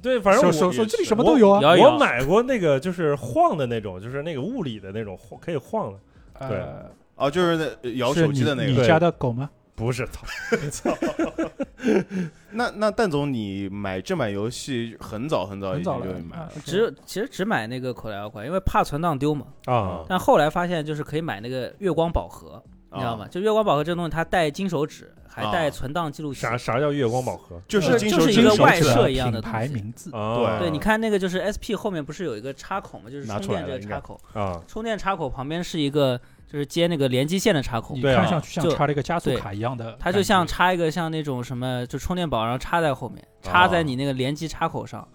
对，反正手我手手机里什么我都有啊。摇一摇我买过那个就是晃的那种，就是那个物理的那种晃可以晃的，对呃，哦，就是那呃摇是手机的那你个。你对家的狗吗？不是操那那蛋总，你买这版游戏很早很早很已早经了就买了啊，只有其实只买那个口袋妖怪，因为怕存档丢嘛。啊但后来发现就是可以买那个月光宝盒，你知道吗？啊？就月光宝盒这东西，它带金手指，还带啊存档记录器。啥啥叫月光宝盒就就是金就手是指一个手外指设一样的品牌东西名字，啊？对，你看那个就是 SP 后面不是有一个插口嘛，就是拿充出来电这个了应该插口，啊，充电插口旁边是一个就是接那个连接线的插口你，对啊看上去像就插了一个加速对卡一样的，它就像。插一个像那种什么就充电宝，然后插在后面，插在你那个连接插口上，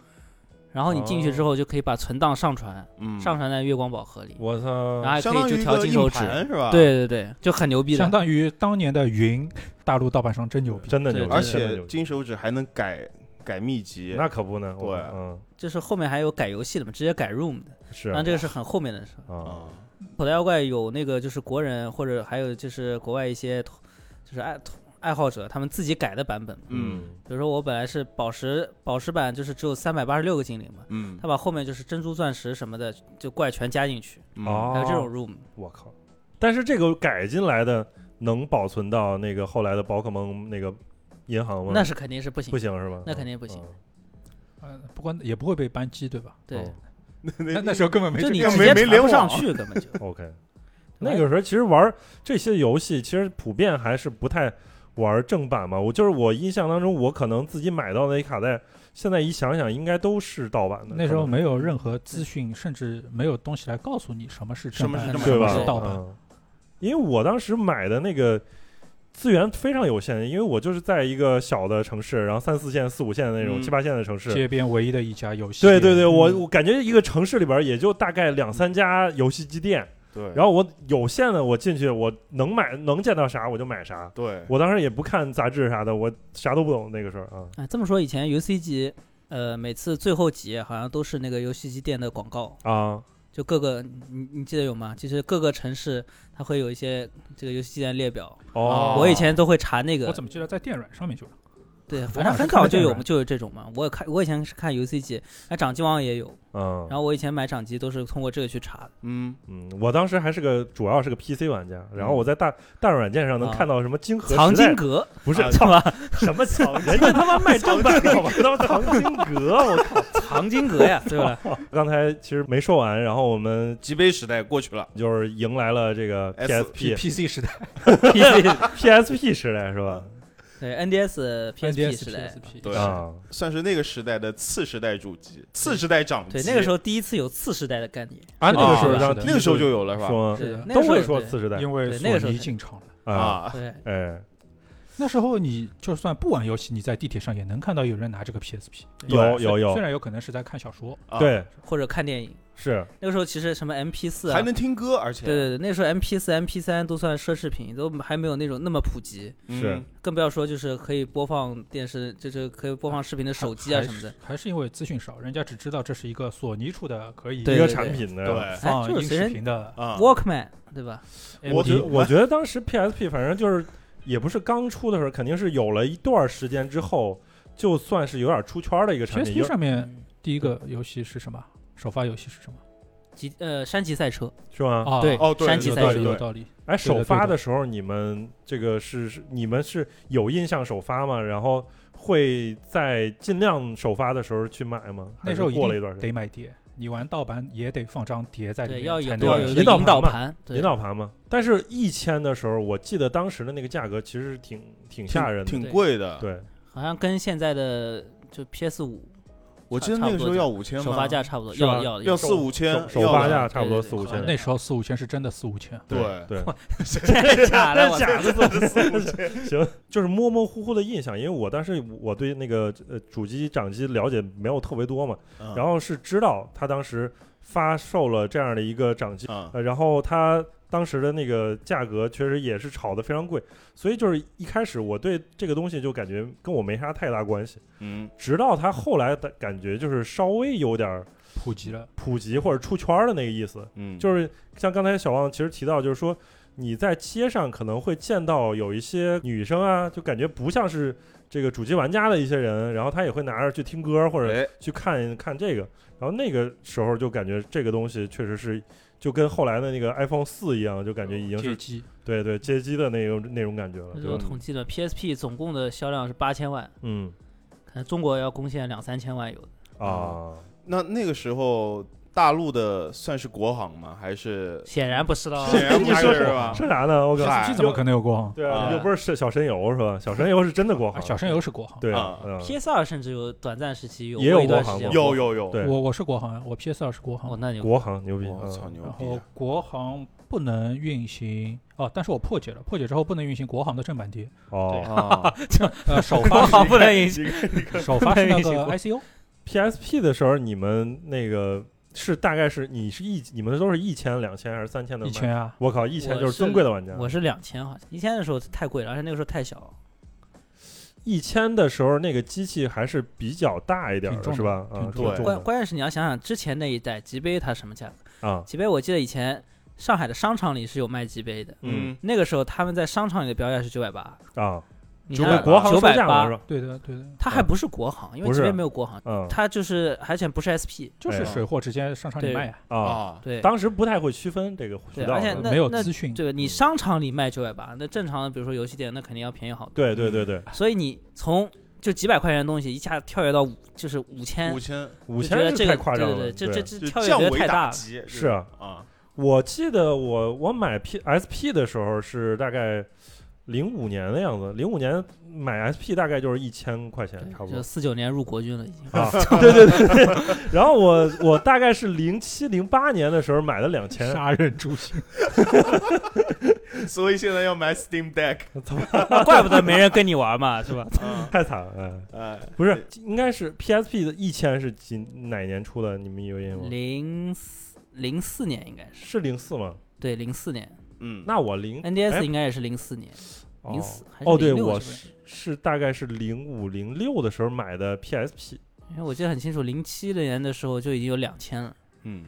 然后你进去之后就可以把存档上传，嗯，上传在月光宝盒里，我操然后，还相可当以于就一调个金手硬指，盘啊是吧？。对对对，就很牛逼相的。当于当年的云，大陆盗版商真牛逼。真的牛对逼，而真的且牛逼金手指还能改改秘籍，那可不呢，我对嗯就是后面还有改游戏的嘛，直接改 room 的，是但这个是很后面的事。啊啊，口袋妖怪有那个就是国人或者还有就是国外一些同就是爱同爱好者他们自己改的版本嘛。嗯比如说我本来是宝石宝石版，就是只有三百八十六个精灵嘛，嗯他把后面就是珍珠钻石什么的就怪全加进去，嗯哦还有这种 room。我靠！但是这个改进来的能保存到那个后来的宝可梦那个银行吗？那是肯定是不行不，行是吧？那肯定不行嗯。呃，不过也不会被扳机，对吧？对，哦那那那时候根本没就这你个直没接没传联不上网去，根本就 OK，那个时候其实玩这些游戏，其实普遍还是不太玩正版嘛。我就是我印象当中，我可能自己买到的一卡带，现在一想想应该都是盗版的。那时可候能没有任何资讯，甚至没有东西来告诉你什么是正版，什什么么是对正吧版是？盗版。嗯，因为我当时买的那个。资源非常有限，因为我就是在一个小的城市，然后三四线、四五线的那种、嗯七八线的城市，街边唯一的一家游戏对店。对对，我嗯我感觉一个城市里边儿也就大概两三家游戏机店，对，然后我有限的我进去，我能买能见到啥我就买啥。对，我当时也不看杂志啥的，我啥都不懂那个时候啊。哎，这么说以前游戏机，呃，每次最后集好像都是那个游戏机店的广告，啊，就各个你你记得有吗？就是各个城市它会有一些这个游戏机店列表，哦，我以前都会查那我个怎，么记得在电软上面就有？对，我反好正像很看早到就电有软就有这种嘛。我看我以前是看游戏机，那掌机王也有，嗯，然后我以前买掌机都是通过这个去查的。嗯，嗯，我当时还是个主要是个 PC 玩家，然后我在大大软件上能啊看到什么金河藏时代经阁不是啊操吧？什么藏，人家他妈卖正版的，我他妈藏经阁，我靠！藏经阁呀， 对吧？刚才其实没说完，然后我们极杯时代过去了，就是迎来了这个 S- PSP PC 时代 PSP 时代是吧？对，NDS、PSP 时代， PSP 对啊，算是那个时代的次时代主机，次时代掌对机，，那个时候第一次有次时代的概念，啊，那个时候是让第的一那个时候次就有了是吧？说对，哦都那个时候会说对次时代因为对那个时索候尼才进场了。啊，啊，对，哎，那时候你就算不玩游戏，你在地铁上也能看到有人拿这个 PSP。对有有虽有，然有可能是在看小说，啊，对，或者看电影。是那个时候其实什么 MP 四啊还，能听歌，而且对对对，那时候 MP 四、MP 三都算奢侈品，都还没有那种那么普及，嗯是更不要说就是可以播放电视，就是可以播放视频的手机啊还什么的。还是因为资讯少，人家只知道这是一个索尼出的可以一对个对产品的。对哎，放就音是随视身频的啊， Walkman 对吧？我觉 MD。我觉得当时 PSP 反正就是也不是刚出的时候，肯定是有了一段时间之后，就算是有点出圈的一个产品。 PSP 有上面嗯第一个游戏是什么？首发游戏是什么？极呃山脊赛车，是吗？啊，对哦对，山对脊有比对赛道车对理，有对道理。哎，是的首发对的的时候你们这个是是你们是有印象首发吗？然后会在尽量首发的时候去买吗？还那是时候过了一一段时得间，买碟，你玩盗版也得放张碟在里对，面，要有才要能有一引个导引导盘嘛盘，对引导盘吗？但是一签的时候，我记得当时的那个价格其实挺挺吓人的，挺贵的，对好像跟现在的就 PS 五我记得那个时候要五千吗？首发价差不多，是吧要要要四五千，首首要发的价差不多对对四五对千，对那时候四五千是真的四五千，对对，真假 的？我操假的行，就是模模糊糊的印象，因为我当时我对那个呃主机掌机了解没有特别多嘛，嗯然后是知道他当时发售了这样的一个掌机，嗯呃，然后他当时的那个价格确实也是炒得非常贵，所以就是一开始我对这个东西就感觉跟我没啥太大关系，嗯直到他后来的感觉就是稍微有点儿普及了。普及或者出圈儿的那个意思，嗯，是就是像刚才小旺其实提到，就是说你在街上可能会见到有一些女生啊，就感觉不像是这个主机玩家的一些人，然后她也会拿着去听歌或者哎，去看看这个，然后那个时候就感觉这个东西确实是就跟后来的那个 iPhone 四一样，就感觉已经街是机对对街机的那种那种感觉了，嗯那时对候吧？统计了 PSP 总共的销量是八千万，嗯可能中国要贡献两三千万有的。啊，那那个时候大陆的算是国行吗？还是显然不是了，显然不你啊是说是吧？说啥呢？我靠，啊嗨 SG 怎么可能有国行？对啊，啊又不是是小神游是吧？小神游是真的国啊，行，小神游是国行，对啊嗯 PS 二甚至有短暂时期有也有过一段国时行间过有有有，对我我是国行啊，我 PS 二是国哦行，，那就国行牛逼，我嗯操牛然逼后啊！国行不能运行哦，但是我破解了，破解之后不能运行国行的正版碟，哦 啊，呃，首国发行不能引你看是首发是那运行个国 ICO， PSP 的时候，你们那个是大概是你是一你们都是一千、两千还是三千的？一，千啊，我靠，一千我就是是尊贵的玩家。我是两千好像，一千的时候太贵了，而且那个时候太小，一千的时候，那个机器还是比较大一点挺重的是吧？啊，挺挺重的重关的关键是你要想想之前那一代吉杯它什么价格？啊，吉杯我记得以前上海的商场里是有卖吉杯的，嗯嗯，那个时候他们在商场里的标价是九百八，啊，你就看为国行九出百价嘛是八，吧？对的对的，它还不是国行，因为不是吉杯没有国行，嗯它就是而且不是 SP，哎就是水货直接上场里对卖啊，啊，啊，对，当时嗯不太会区分这个对渠道而且的，那没有那资讯，这个你商场里卖九百八，那正常的比如说游戏店那肯定要便宜好多，对对对对，所以你从就几百块钱的东西一下跳跃到五就是五千五，千五就觉得千这是个太夸张了。对对对，这这这就跳降跃觉得维太大打了。击是啊啊，我记得我我买 P S P 的时候是大概零五年的样子，零五年买 S P 大概就是一千块钱差不多就。四九年入国军了，已经。啊，对对对对。然后我我大概是零七零八年的时候买的两千，杀人诛心，所以现在要买 Steam Deck，操怪不得没人跟你玩嘛，是吧？啊，太惨了。哎哎，不是，应该是 PSP 的一千是几哪年出的？你们有印象吗？零四零四年应该是，是零四吗？对，零四年嗯，那我零哎 NDS 应该也是零四年，哦零四还是哦，对， 06我是不是是是大概是零五零六的时候买的 PSP，因为我记得很清楚，零七年的时候就已经有两千了，嗯，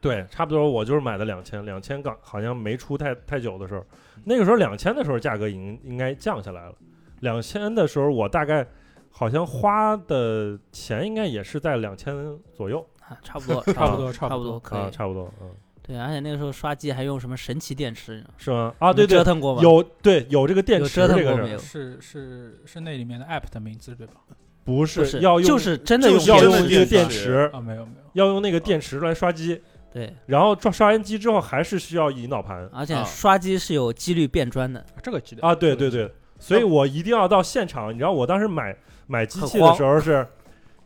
对，差不多我就是买的两千，两千港好像没出太太久的时候，嗯那个时候两千的时候价格已经应该降下来了。两千的时候我大概好像花的钱应该也是在两千左右啊，差不多，差差不多差差不多多可啊，以。差不多，嗯，对，而且那个时候刷机还用什么神奇电池是吗？啊，对你折对，腾过吗？有对有这个电有池折腾这个过事没儿，有？是是是那里面的 app 的名字对吧？不不是是，要用就是真的用就是要真用的一个电电池池，啊，没有没有，要用那个电池来刷机，对，然后刷刷完机之后还是需要引导盘而且啊刷机是有几率变砖的，这个记得啊，对对，这个对，记所以我一定要到现场。你知道我当时买买机器很的慌时候是，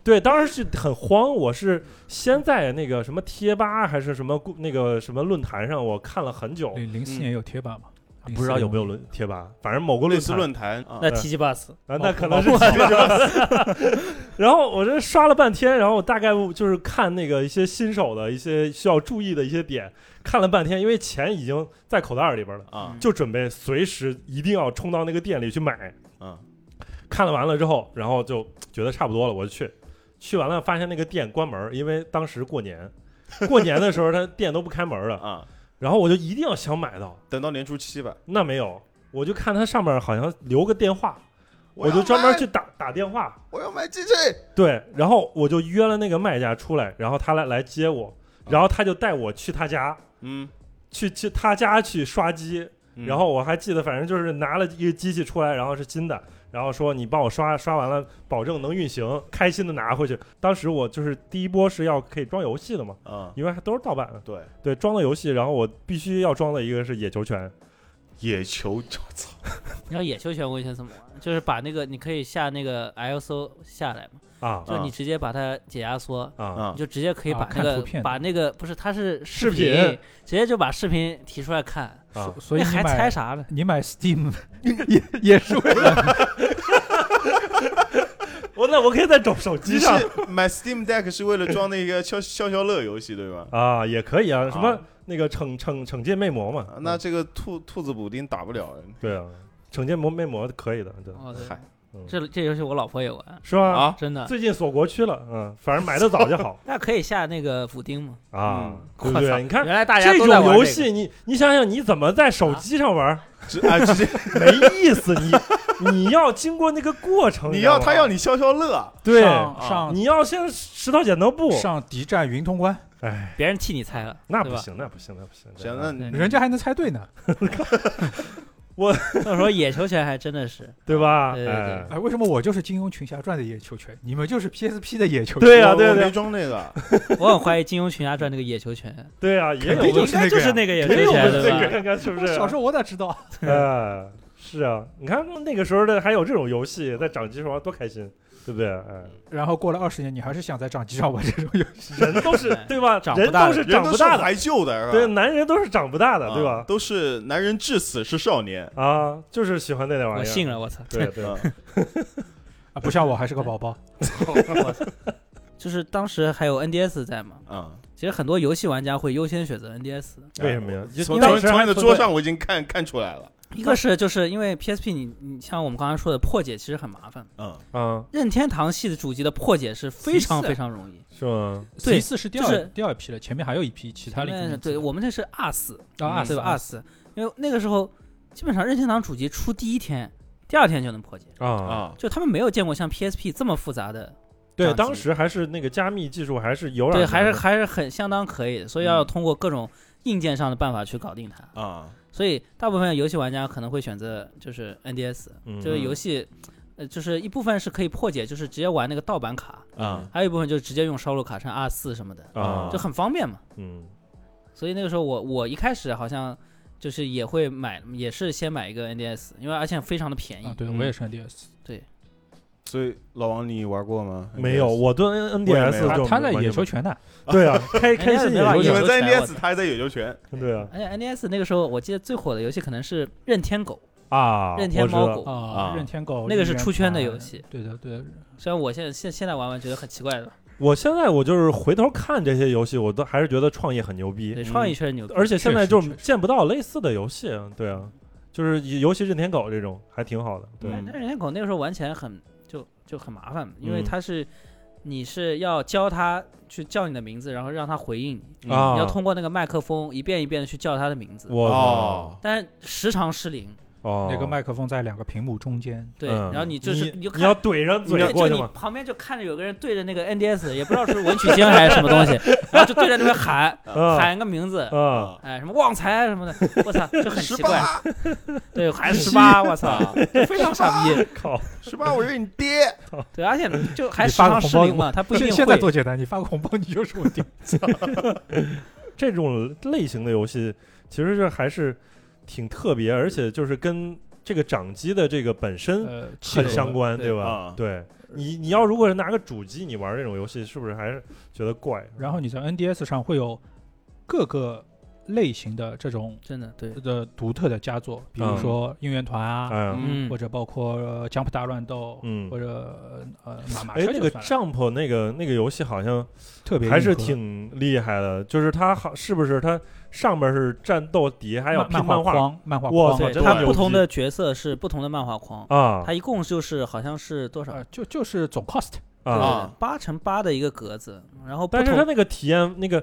对，当时是很慌，我是先在那个什么贴吧还是什么顾那个什么论坛上，我看了很久得，零零嗯四年有贴吧吗？不知道有没有04论贴吧，反正某个类论似坛论坛啊，那 TG Bus 啊，那可能是 然后我这刷了半天，然后我大概就是看那个一些新手的一些需要注意的一些点，看了半天，因为钱已经在口袋里边了，啊，就准备随时一定要冲到那个店里去买。嗯，看了完了之后，然后就觉得差不多了，我就去。去完了，发现那个店关门儿，因为当时过年， 过年的时候他店都不开门儿了。啊，然后我就一定要想买到，等到年初七吧，那没有，我就看他上面好像留个电话，我就要专门买去，打打电话。我要买机器，对，然后我就约了那个卖家出来，然后他来来接我，然后他就带我去他家，嗯，去去他家去刷机，嗯然后我还记得，反正就是拿了一个机器出来，然后是新的，然后说你帮我刷刷完了，保证能运行，开心的拿回去。当时我就是第一波是要可以装游戏的嘛，啊，因为还都是盗版的，对，对，装了游戏，然后我必须要装的一个是野球拳，野球，我操，你知道野球拳我以前怎么玩？就是把那个你可以下那个 ISO 下来嘛，啊就啊你直接把它解压缩，啊啊你就直接可以啊把那看个图片的把那个不是它是视视频直接就把视频提出来看，啊！所以那你还买猜啥呢？你 买 Steam 也也是为了我哦那我可以在手手你机是上买 Steam Deck 是为了装那个消消消乐游戏对吧？啊，也可以啊，什么啊那个惩惩惩戒魅魔嘛嗯啊，那这个兔兔子补丁打不了对啊，惩戒魔魅魔可以的，对，哦，对嗨嗯这这游戏我老婆也玩，是吧？啊！真的。最近锁国区了，嗯，反正买的早就 好那可以下那个补丁吗？啊嗯，对不我操对？你看原来大家这都种在玩游这个戏，你你想想，你怎么在手机上玩？直啊 直接没意思，你你要经过那个过程，你知道要吗他要你消消乐啊，对，上上你要先石头剪刀布，上敌战云通关，哎，别人替你猜了，那对不吧。行，那不行，那不行，行，对啊那吧嗯你人家还能猜对呢。到时候野球拳还真的是，对吧？对对对哎，哎，为什么我就是《金庸群侠传》的野球拳，你们就是 PSP 的野球拳？对呀，我对啊我没对装那个，我很怀疑《金庸群侠传》那个野球拳， 对呀，也肯有定问题就是应该就是那那个野球肯定有拳问题，对这个吧？看看是不我是？小时候我哪知道？哎，是啊，你看那个时候的还有这种游戏，在掌机上玩多开心，对不对？哎，然后过了二十年，你还是想在掌机上玩这种游戏？人都 是对吧？哎长人不大都的是人长都不是大的，怀旧的，是吧啊对，男人都是长不大的，啊对吧？都是男人至死是少年。啊，就是喜欢那点玩意儿，我信了， 我操！对对啊啊，不像我还是个宝宝。我操就是当时还有 NDS 在嘛，啊！其实很多游戏玩家会优先选择 NDS，的为什么 呀？从当从时从还你的存桌在上我已经看看出来了，一个是就是因为 PSP，你你像我们刚才说的破解其实很麻烦，嗯，啊，任天堂系的主机的破解是非常非常容易。是吗？对 C 四是第二、就是第二批了，前面还有一批其他但零是零对我们这是 R 四，到嗯二对四吧？R 四，因为那个时候基本上任天堂主机出第一天，第二天就能破解，啊，啊，就他们没有见过像 PSP 这么复杂的，对，掌当机时还是那个加密技术还是有点对，难还是的还是很相当可以的，所以要通过各种硬件上的办法去搞定它。啊，所以大部分游戏玩家可能会选择就是 NDS，嗯就是游戏，呃，就是一部分是可以破解，就是直接玩那个盗版卡，啊，还有一部分就是直接用烧录卡像 R 四什么的，啊，就很方便嘛。嗯所以那个时候我我一开始好像就是也会买，也是先买一个 NDS，因为而且非常的便宜。啊，对嗯我也是 NDS，、所以老王你玩过吗？没有，我对 N 我也没 NDS 有就他他在完全野不球拳呢，对啊，开开心 NDS 野没法球你野拳们球在拳我 NDS，他还在野球拳对啊而且 NDS 那个时候，我记得最火的游戏可能是任天狗、啊，任天我知猫道狗。啊啊任天狗哦那个一是元出圈的盘游戏，对的对的。哦虽然我现在现现在玩玩觉得很奇怪的，我现在我就是回头看这些游戏，我都还是觉得创业很牛逼，对，嗯创意确实牛逼。而且现在确实就是确见不到类似的游戏，对啊，就是尤其任天狗这种还挺好的，对哎但嗯是任天狗那个时候玩起来很就就很麻烦，因为嗯它是你是要教它去叫你的名字，然后让它回应你，啊嗯你要通过那个麦克风一遍一遍的去叫它的名字，我哦，但是时常失灵。哦，那个麦克风在两个屏幕中间，对，嗯然后你就是你就看你要怼上对嘴过去就你嘛，旁边就看着有个人对着那个 NDS，也不知道是文曲星还是什么东西，然后就对着那边喊啊喊个名字，啊，哎，什么旺财什么的，我操，就很奇怪。对，还十十八，八我操， 就非常傻逼。靠，是吧？我是你爹，对，而且就还你时发个常红失包灵嘛，他不一现定现在会。多简单，你发个红包你就是我 爹。这种类型的游戏其实是还是挺特别，而且就是跟这个掌机的这个本身呃，很相关，对吧啊？对，你你要如果是拿个主机你玩这种游戏，是不是还是觉得怪？然后你在 NDS 上会有各个类型的这种真的对，的呃独特的佳作，比嗯如说应援团啊，嗯嗯或，者包括呃 Jump 大乱斗，嗯或者呃马马哎，车那就个算了 Jump 那个那个游戏好像特别还硬是核挺厉害的，就是它好是不是它上面是战斗，底下还有漫拼漫画画框，漫画哦我框，操对，真它牛不同逼的角色是不同的漫画框，啊它一共就是好像是多少呃，？就就是总 cost，啊！啊八乘八的一个格子，然后不但是它同那个体验那个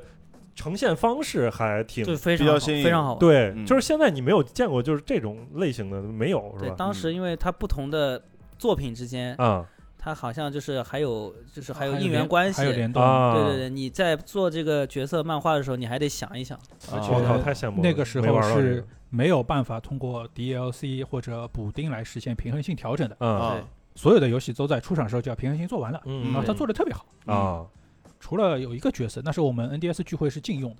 呈现方式还挺对非比常较好新颖非常好玩。对，嗯就是现在你没有见过就是这种类型的没有是对，吧？嗯当时因为它不同的作品之间，啊它好像就是还有就是哦还还有有应援联关系还。有联动。啊！对对对，你在做这个角色漫画的时候，你还得想一 想。而我哦靠，呃太羡慕了！那个时没候玩到这是个没有办法通过 DLC 或者补丁来实现平衡性调整的，嗯啊所有的游戏都在出厂时候就要平衡性做完了，嗯然后他做的特别好。嗯啊除了有一个角色，那是我们 NDS 聚会是禁用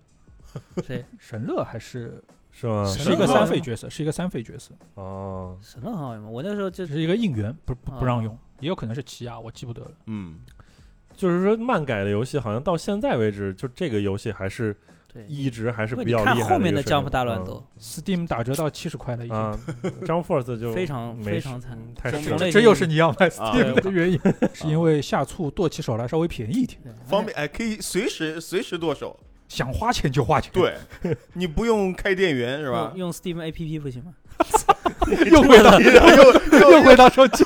的，对，神乐还是是吗？是是一个吗三费角色，是一个三费角色，哦，什么很好用吗？我那时候就这是一个应援，不不不啊让用，也有可能是奇亚，我记不得了。嗯，就是说漫改的游戏好像到现在为止，就这个游戏还是对，一直还是不比你较厉害看一个嗯后面的水平 Jump 大乱斗， Steam 打折到七十块了已 经，啊，张 Force 就非常没非事常惨嗯太从是同了类这竞又技是你要卖啊 Steam 的原因，是因为下促剁起手来稍微便宜一点，对方便哎，可以随时随时剁手，想花钱就花钱。，对你不用开店员是吧用？用 Steam A P P 不行吗？ 又 回到又又回到手机。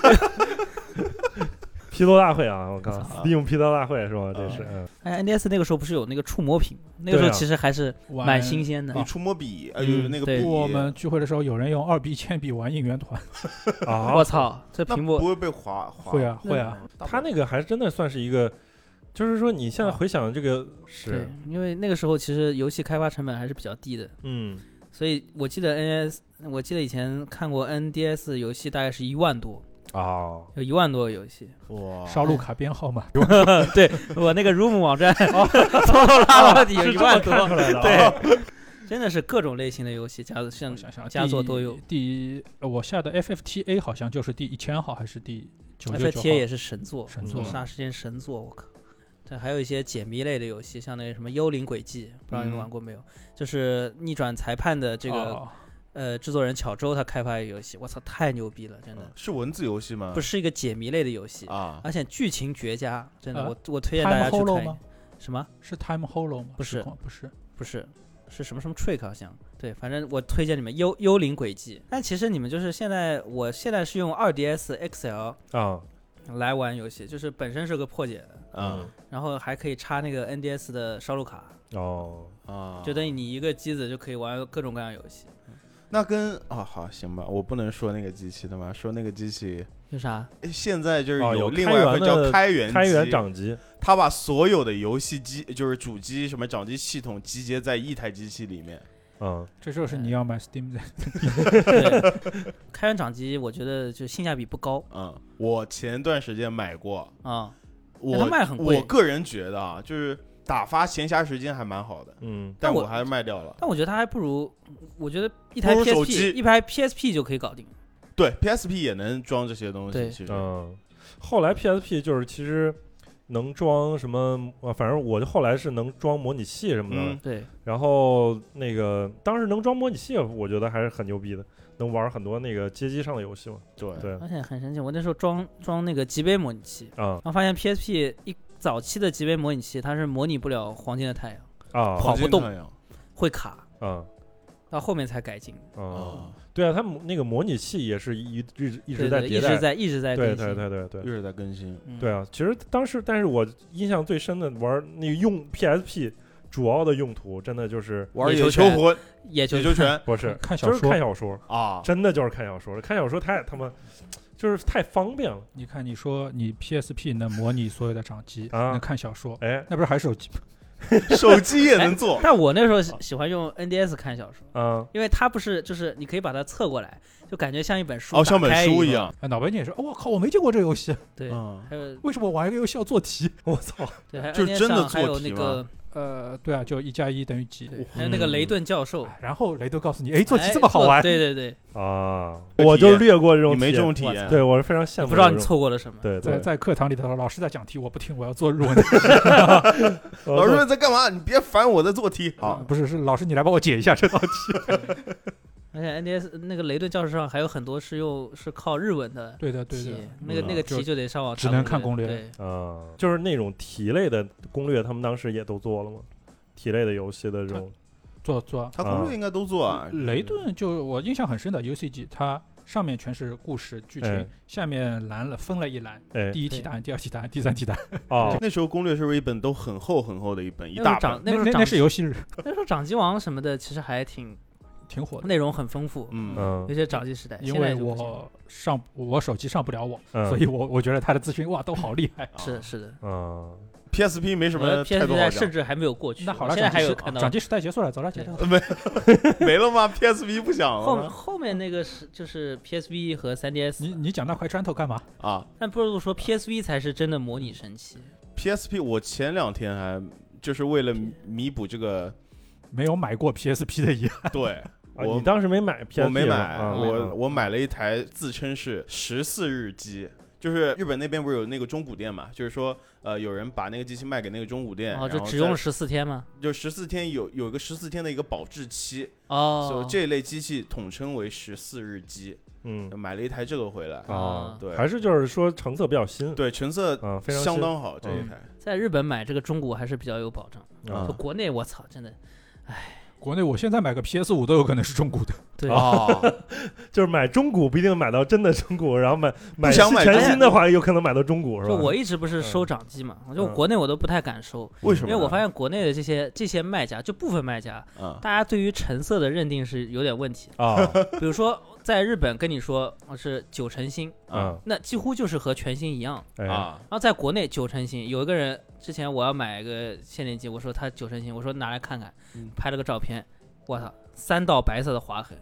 批斗大会啊！我靠我操，Steam 批斗大会是吗？这是，嗯哎，N D S 那个时候不是有那个触摸屏，那个时对候啊其实还是蛮新鲜的你。触摸笔，哎嗯呦，那个对笔，我们聚会的时候，有人用二 B 铅笔玩应援团， 啊我，操，这那屏不幕会被划划会啊会啊，他那个还真的算是一个，就是说你啊现在回想这个对是，，因为那个时候其实游戏开发成本还是比较低的，嗯，所以我记得 N S，我记得以前看过 N D S 游戏大概是一万多，啊，有一万多个 游戏。哇，烧录卡编号嘛，对我那个 Room 网站 偷偷拉到底有哦是一这万么多，看出来的啊，对， 真的是各种类型的游戏，加像我想想，佳作第都有。第一，呃我下的 FFTA 好像就是第一千号还是第九九 FTA 九也是嗯神作，神作霎时间神作，我靠！这还有一些解谜类的游戏，像那个什么《幽灵轨迹》，不知道你嗯们玩过没有？就是逆转裁判的这号？个、哦呃制作人巧周他开发一个游戏，我操，太牛逼了，嗯真的！嗯是文字游戏吗？不是一个解谜类的游戏，啊，而且剧情绝佳，真的，啊我我推荐大 Time 家去 Hollow 看一吗下。？什么？是 Time Hollow 吗？不是时光不是。不是，是什么什么 trick 好像。对，反正我推荐你们幽幽灵轨迹。但其实你们就是现在，我现在是用 2DS XL 啊，来玩游戏，就是本身是个破解的，嗯然后还可以插那个 NDS 的烧录卡，哦，啊，就等于你一个机子就可以玩各种各样的游戏。那跟啊好行吧，我不能说那个机器的嘛，说那个机器有啥？哎现在就是哦有另开外一源款叫的开源开源机掌机，他把所有的游戏机，就是主机什么掌机系统集结在一台机器里面。嗯，这哎就是你要买 Steam 的，对开源掌机我觉得就性价比不高嗯，我前段时间买过，啊、我它卖得很贵我个人觉得啊，就是打发闲暇时间还蛮好的，嗯，但但我我还是卖掉了。但我觉得它还不如，我觉得一台不如手机 PSP 一台 PSP 就可以搞定。对，PSP 也能装这些东西，对其实嗯，后来 PSP 就是其实能装什么，呃反正我就后来是能装模拟器什么的，嗯对，然后那个当时能装模拟器，我觉得还是很牛逼的，能玩很多那个街机上的游戏嘛，对对，而且很神奇，我那时候装装那个极杯模拟器，啊然后发现 PSP 一早期的极杯模拟器它是模拟不了黄金的太阳，啊跑不动会卡，啊到后面才改进。啊！啊，对啊，它模那个模拟器也是一一直一一直在一迭直代，在一直在对更新。对对对对又是在更新。嗯对啊！其实当时，但是我印象最深的玩那个用 PSP 主要的用途，真的就是玩野野球球拳魂、也就。野球拳不是看小就是说看小说，啊，真的就是看小说，看小说太他妈就是太方便了，你看你说你 PSP 能模拟所有的掌机，啊能看小说，哎那不是还是手机吗？手机也能做 但我那时候喜喜欢用 NDS 看小说，啊因为它不是就是你可以把它侧过来，就感觉像一本书，哦，像本打开书一以后。样，哎，脑白金也是，哦我、靠，我没见过这游戏，对，嗯，还有为什么玩一个游戏要做题？我操，对，还有就是 NDS 真的上还做有题那个呃，对啊，就一加一等于几？对，还有嗯那个雷顿 教授哎然后雷都告诉你，哎，做题哎这么好玩，对对对，啊！这我体验就略过这种你没体这验种体验，对我是非常羡我慕。不知道你，错过了什么。对在对，在课堂里头，老师在讲题，我不听，我要做日文。 我老做师说在干嘛？你别烦我，在做题。好，不是，是老师你来帮我解一下这道题。 而且 NDS 那个雷顿教授上还有很多是用是靠日文的对的，对题的，，那个嗯那个就题就得上网只查能看攻略 对，啊、就是那种题类的攻略，他们当时也都做了吗？题类的游戏的这种做做。他攻略应该都做啊。嗯雷顿就我印象很深的 UCG，它上面全是故事剧哎情，下面栏了分了一栏，哎第一题对答案，第二题答案，第三题答案。哦，那时候攻略是不是一本都很厚很厚的一本，一那时大候掌本？时候那掌是游戏日，那时候掌机王什么的其实还挺挺火的。内容很丰富，嗯，嗯尤其是掌机时代，因现在为就不行了我上我手机上不了网，嗯，所以我我觉得他的资讯哇都好厉害。是是的，嗯 PSP 没什我的么太 PS 多代好甚讲，至还没有过去，那好我了，现在掌还机有时看到掌机时代结束了，走了，结束了。没了吗？PSP 不响后了面吗后面那个是就是 PSV 和你 3DS，你讲那块砖头干嘛？啊但不如说 PSV 才是真的模拟神奇， ！PSP 我前两天还就是为了弥弥补这个 没有买过 PSP 的遗憾，对。啊，我你当时没买 PSP 我没吗买，啊、我我买了一台自称是十四日机，就是日本那边不是有那个中古店嘛，就是说呃有人把那个机器卖给那个中古店，然后然哦后就只再用了十四天嘛。就十四天有有一个十四天的一个保质期，所哦以，这类机器统称为十四日机，嗯买了一台这个回来，啊啊，对还是就是说成色比较新，对成色啊，非常相新嗯当好这一台，在日本买这个中古还是比较有保障。嗯啊就国内我操，真的国内我现在买个 PS 五都有可能是中古的，对。哦，就是买中古不一定买到真的中古，然后买买想买全中新的话，有可能买到中古是就吧？我一直不是收掌机嘛，我就嗯国内我都不太敢收，为什因么呢？为我发现国内的这些这些卖家，就部分卖家，啊，大家对于成色的认定是有点问题的。 啊比如说在日本跟你说我是九成新，嗯啊那几乎就是和全新一样。哎啊然后在国内九成新，有一个人之前我要买一个限定机，我说他九成新，我说拿来看看嗯，拍了个照片，我操，三道白色的划痕，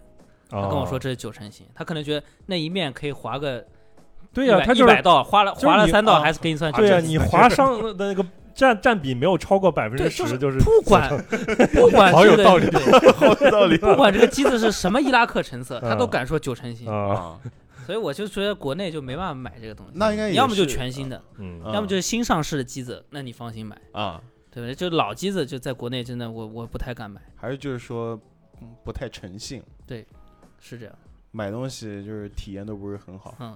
他他跟我说这是九成新，他可能觉得那一面可以划个对呀、他就一是百道，划了就是划了你三道啊还是给你算对呀、呀，你 划伤的那个占占比没有超过百分之对，就十，是就是啊不管 不管好有道理，对 好有道理不管这个机子是什么伊拉 克成色，他都嗯敢说九成新，啊，啊，所以我就觉得国内就没办法买这个东西。那应该也要么就是全新的，嗯要么就是新上市的机子，那你放心买，啊，对不对？就老机子就在国内真的我我不太敢买，还是就是说嗯不太诚信，是这样。买东西就是体验都不是很好。嗯，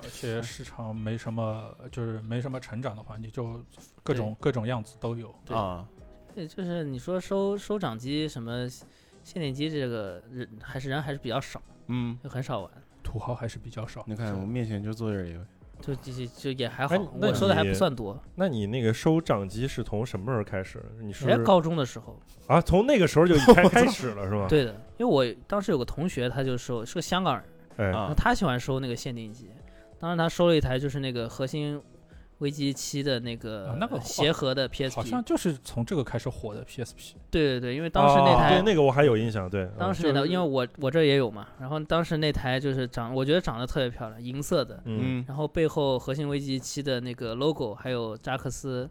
而嗯且市场没什么，就是没什么成长的环境，就各种各种样子都有。对啊，对，就是你说收收掌机什么限定机这个人还是人还是比较少，嗯，就很少玩，土豪还是比较少。你看我面前就坐这一位，就就就就也还好哎，那我收的还你不算多。那你那个收掌机是从什么时候开始？你是人家高中的时候，啊，从那个时候 就已开开始了是吧？，对的，因为我当时有个同学，他就收是个香港人，哎啊然后他喜欢收那个限定机，当时他收了一台就是那个核心危机七的那啊那个个好协和的好 PSP，、像就是从这个开始火的 PSP，对对对，因为当时那哦台、对那个我还有印象，对，当嗯时那就台，是因为我我这也有嘛，然后当时那台就是长，我觉得长得特别漂亮，银色的，嗯然后背后核心危机七的那个 logo，还有扎克斯。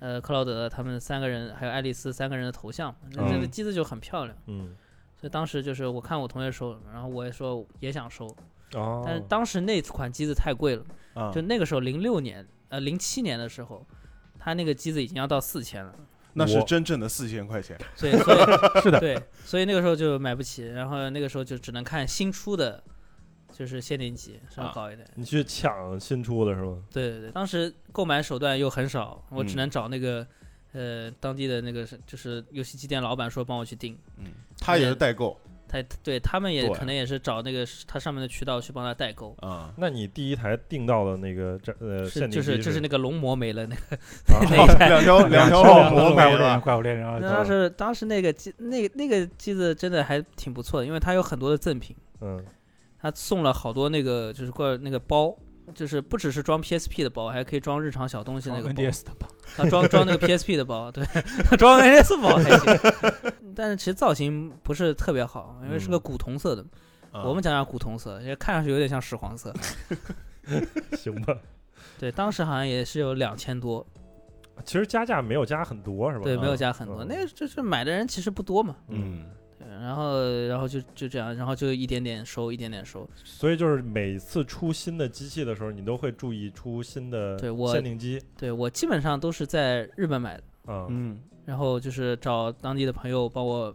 呃，克劳德他们三个人，还有爱丽丝三个人的头像，那这个嗯机子就很漂亮。嗯所以当时就是我看我同学收，然后我也说也想收，哦，但是当时那款机子太贵了，啊就那个时候零六年呃零七年的时候，它那个机子已经要到四千了，那是我真正的四千块钱所以所以是的，对，所以那个时候就买不起，然后那个时候就只能看新出的，就是限定机稍微啊高一点。你去抢新出的是吗？对对对，当时购买手段又很少，我只嗯能找那个。呃，当地的那个是就是游戏机店老板说帮我去订，嗯，他也是代购他对他们也对可能也是找那个他上面的渠道去帮他代购，啊，那你第一台订到的那个这呃是限定机就是就是是那个龙膜没了那个啊 那一 台，两条两条老哦，魔怪物没猎人，了，怪物猎人啊，那当时当时那个机那那个机子真的还挺不错的，因为它有很多的赠品，嗯它送了好多那个就是过那个包。就是不只是装 PSP 的包，还可以装日常小东西那个包， NDS 的吧，它装装那个 PSP 的包，对，装 NS 包还行。但是其实造型不是特别好，因为是个嗯古铜色的。啊我们讲讲古铜色，也看上去有点像屎黄色。行吧，对，当时好像也是有两千多，其实加价没有加很多是吧？对，没有啊加很多。嗯那个就是买的人其实不多嘛，嗯对然后然后就就这样，然后就一点点收，一点点收。所以就是每次出新的机器的时候，你都会注意出新的对我限定机对我基本上都是在日本买的，啊，嗯然后就是找当地的朋友帮我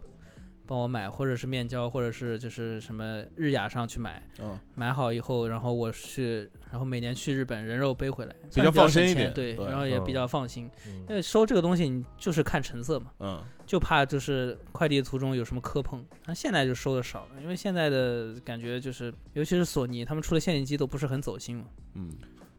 帮我买，或者是面交，或者是就是什么日雅上去买，嗯，买好以后，然后我去，然后每年去日本人肉背回来，比算较比较放省心一钱点对，对然后也嗯比较放心，嗯因为收这个东西你就是看成色嘛，嗯就怕就是快递途中有什么磕碰。那现在就收的少了，因为现在的感觉就是，尤其是索尼，他们出的限定机都不是很走心嘛，嗯，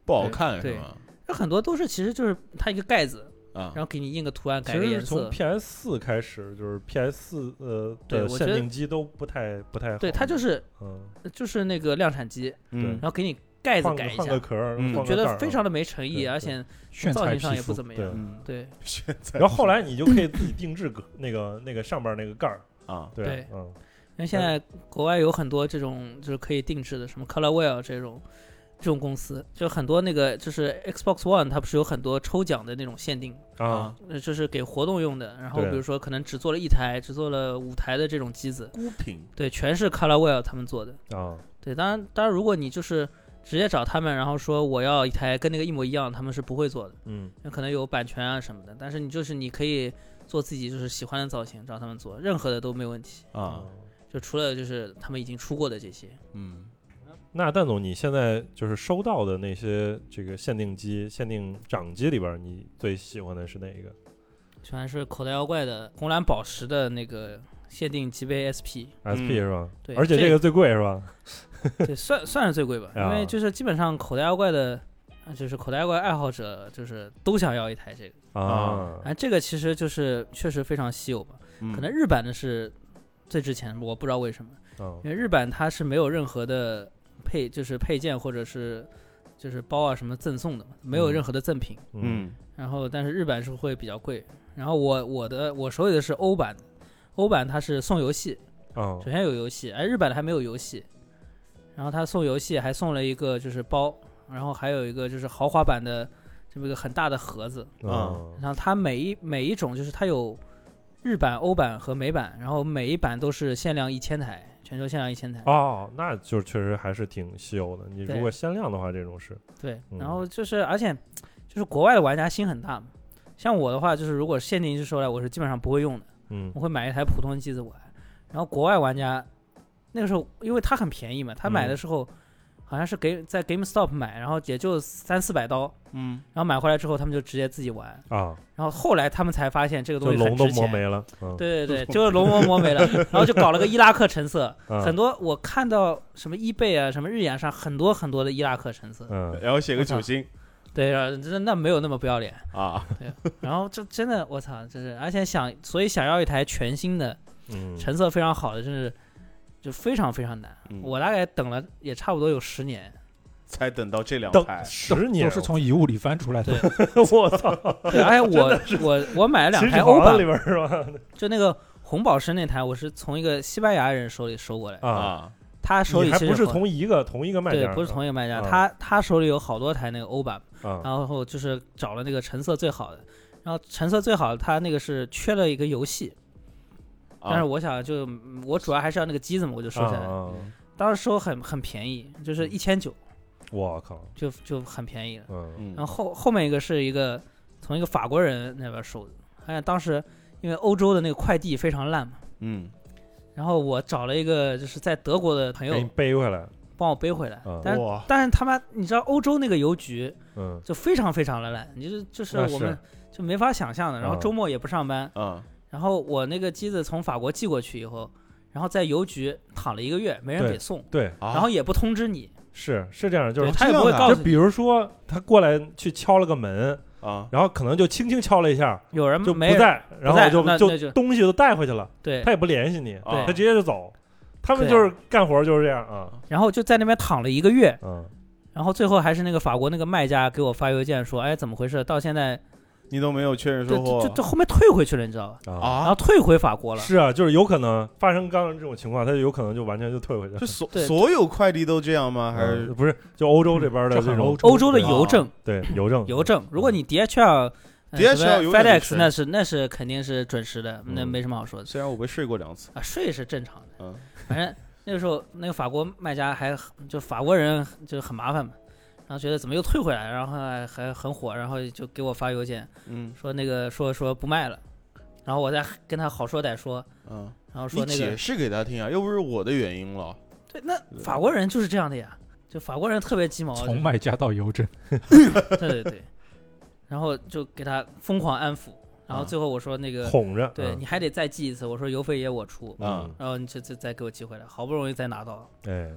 不好看是吗？那很多都是其实就是它一个盖子，啊然，后给你印个图案，其改个实颜是从色。 PS 四开始，就是 PS 四呃对的我限觉得定机都不太不太好。对，它就是嗯，就是那个量产机，嗯然后给你盖子换个改一换个下，壳儿，嗯换个觉盖儿得啊非。常的没诚意，对而且炫造彩型上皮也不肤，怎么对样。 嗯，对现在然后后来你就可以自己定制个那个那个上边那个盖儿，啊，对对啊，嗯因为现在国外有很多这种就是可以定制的，什么 Colorwell 这种，这种公司，就很多那个就是 Xbox One，它不是有很多抽奖的那种限定，啊，呃就是给活动用的。然后对比如说可能只做了一台，只做了五台的这种机子，孤品对，全是 Colorwell 他们做的。啊，对，当然当然，如果你就是直接找他们，然后说我要一台跟那个一模一样，他们是不会做的，嗯那可能有版权啊什么的。但是你就是你可以做自己就是喜欢的造型，找他们做，任何的都没问题。啊，就除了就是他们已经出过的这些，嗯，那蛋总，你现在就是收到的那些这个限定机、限定掌机里边儿，你最喜欢的是哪一个？全是口袋妖怪的红蓝宝石的那个限定级别 SP， SP 嗯是吧？对而且这这个最贵是吧？对，算算是最贵吧，因啊为就是基本上口袋妖怪的，呃就是口袋妖怪爱好者就是都想要一台这个，啊，啊，这个其实就是确实非常稀有吧，嗯可能日版的是最值钱，我不知道为什么，嗯因为日版它是没有任何的配，就是配件或者是就是包啊什么赠送的嘛，没有嗯任何的赠品，嗯嗯然后但是日版是会比较贵，然后我我的我手里的是欧版的，欧版它是送游戏，啊首先有游戏，哎，日版的还没有游戏，然后他送游戏还送了一个就是包，然后还有一个就是豪华版的这么一个很大的盒子，啊然后它每一每一种就是它有日版、欧版和美版，然后每一版都是限量一千台，全球限量一千台，哦，那就确实还是挺稀有的。你如对果限量的话，这种是对，嗯然后就是而且就是国外的玩家心很大嘛，像我的话就是如果限定一只手来，我是基本上不会用的。嗯我会买一台普通机子玩。然后国外玩家那个时候，因为它很便宜嘛，他嗯买的时候、好像是给在 GameStop 买，然后也就三四百刀，嗯然后买回来之后他们就直接自己玩。啊，然后后来他们才发现这个就嗯东西很龙都值磨钱。没了。嗯对对对，就是龙膜磨没了，然后就搞了个伊拉克成色，啊很多我看到什么 eBay 啊，什么日眼上很多很多的伊拉克成色，嗯，呃然后写个我操九星对，然后那那没有那么不要脸，啊， 然后就真的我操，就是而且想所以想要一台全新的嗯成色非常好的，真是就非常非常难。嗯我大概等了也差不多有十 年，才等到这两台等，十年都是从遗物里翻出来的对。我 操，对，而且我我我买了两秦台始欧皇里边版，是吧？就那个红宝石那台，我是从一个西班牙人手里收过来，啊，啊，他手你里还其实不是很同一个同一个卖对，家，不是同一个卖家，啊他他手里有好多台那个欧版，啊然后就是找了那个成色最好的，然后成色最好的他那个是缺了一个游戏，但是啊我想就嗯我主要还是要那个机子嘛，我就收下来，嗯啊，当时收很很便宜，就是一千九，我靠，就就很便宜了。嗯嗯然后后后面一个是一个从一个法国人那边收的，而且当时因为欧洲的那个快递非常烂嘛，嗯然后我找了一个就是在德国的朋给你友背回来，帮我背回来，嗯但是哇，但是他妈你知道欧洲那个邮局嗯就非常非常的烂，你就是就是那是我们就没法想象的，然后嗯周末也不上班，啊然后我那个机子从法国寄过去以后，然后在邮局躺了一个月，没人对给送，对，啊，然后也不通知你，是是这样，就对是他也这不会样的啊告就诉比你，如说他过来去敲了个门，啊，然后可能就轻轻敲了一下，有人就不嗯没人在，然后那那就就东西就带回去了，对哦啊他，也不联系你，啊他直接就走。他们就是干活就是这样啊，然后就在那边躺了一个月，嗯，然后最后还是那个法国那个卖家给我发邮件说，哎，怎么回事？到现在你都没有确认就收就获就就后面退回去了，你知道吧？啊，然啊后，退回法国了。是啊，就是有可能发生刚刚这种情况，他就有可能就完全就退回去了就。所对所有快递都这样吗？还嗯是不是就欧洲这边的这很种欧洲欧啊洲的邮政，对邮嗯政邮政，如果你 DHL、呃、 DHL 什么邮政是 FedEx 那是那是肯定是准时的，那嗯没什么好说的虽然我被睡过两次，啊。税是正常的，嗯反正那个时候那个法国卖家还就法国人就是很麻烦嘛。然后觉得怎么又退回来，然后还还很火，然后就给我发邮件嗯说那个说说不卖了，然后我再跟他好说歹说，嗯，然后你说那个解释给他听啊，又不是我的原因了，对，那法国人就是这样的呀，就法国人特别鸡毛，从就卖家到邮政， 对对对，然后就给他疯狂安抚，然后最后我说那个，哄着，对嗯你还得再寄一次，我说邮费也我出，嗯，然后你这这再给我寄回来，好不容易再拿到，哎，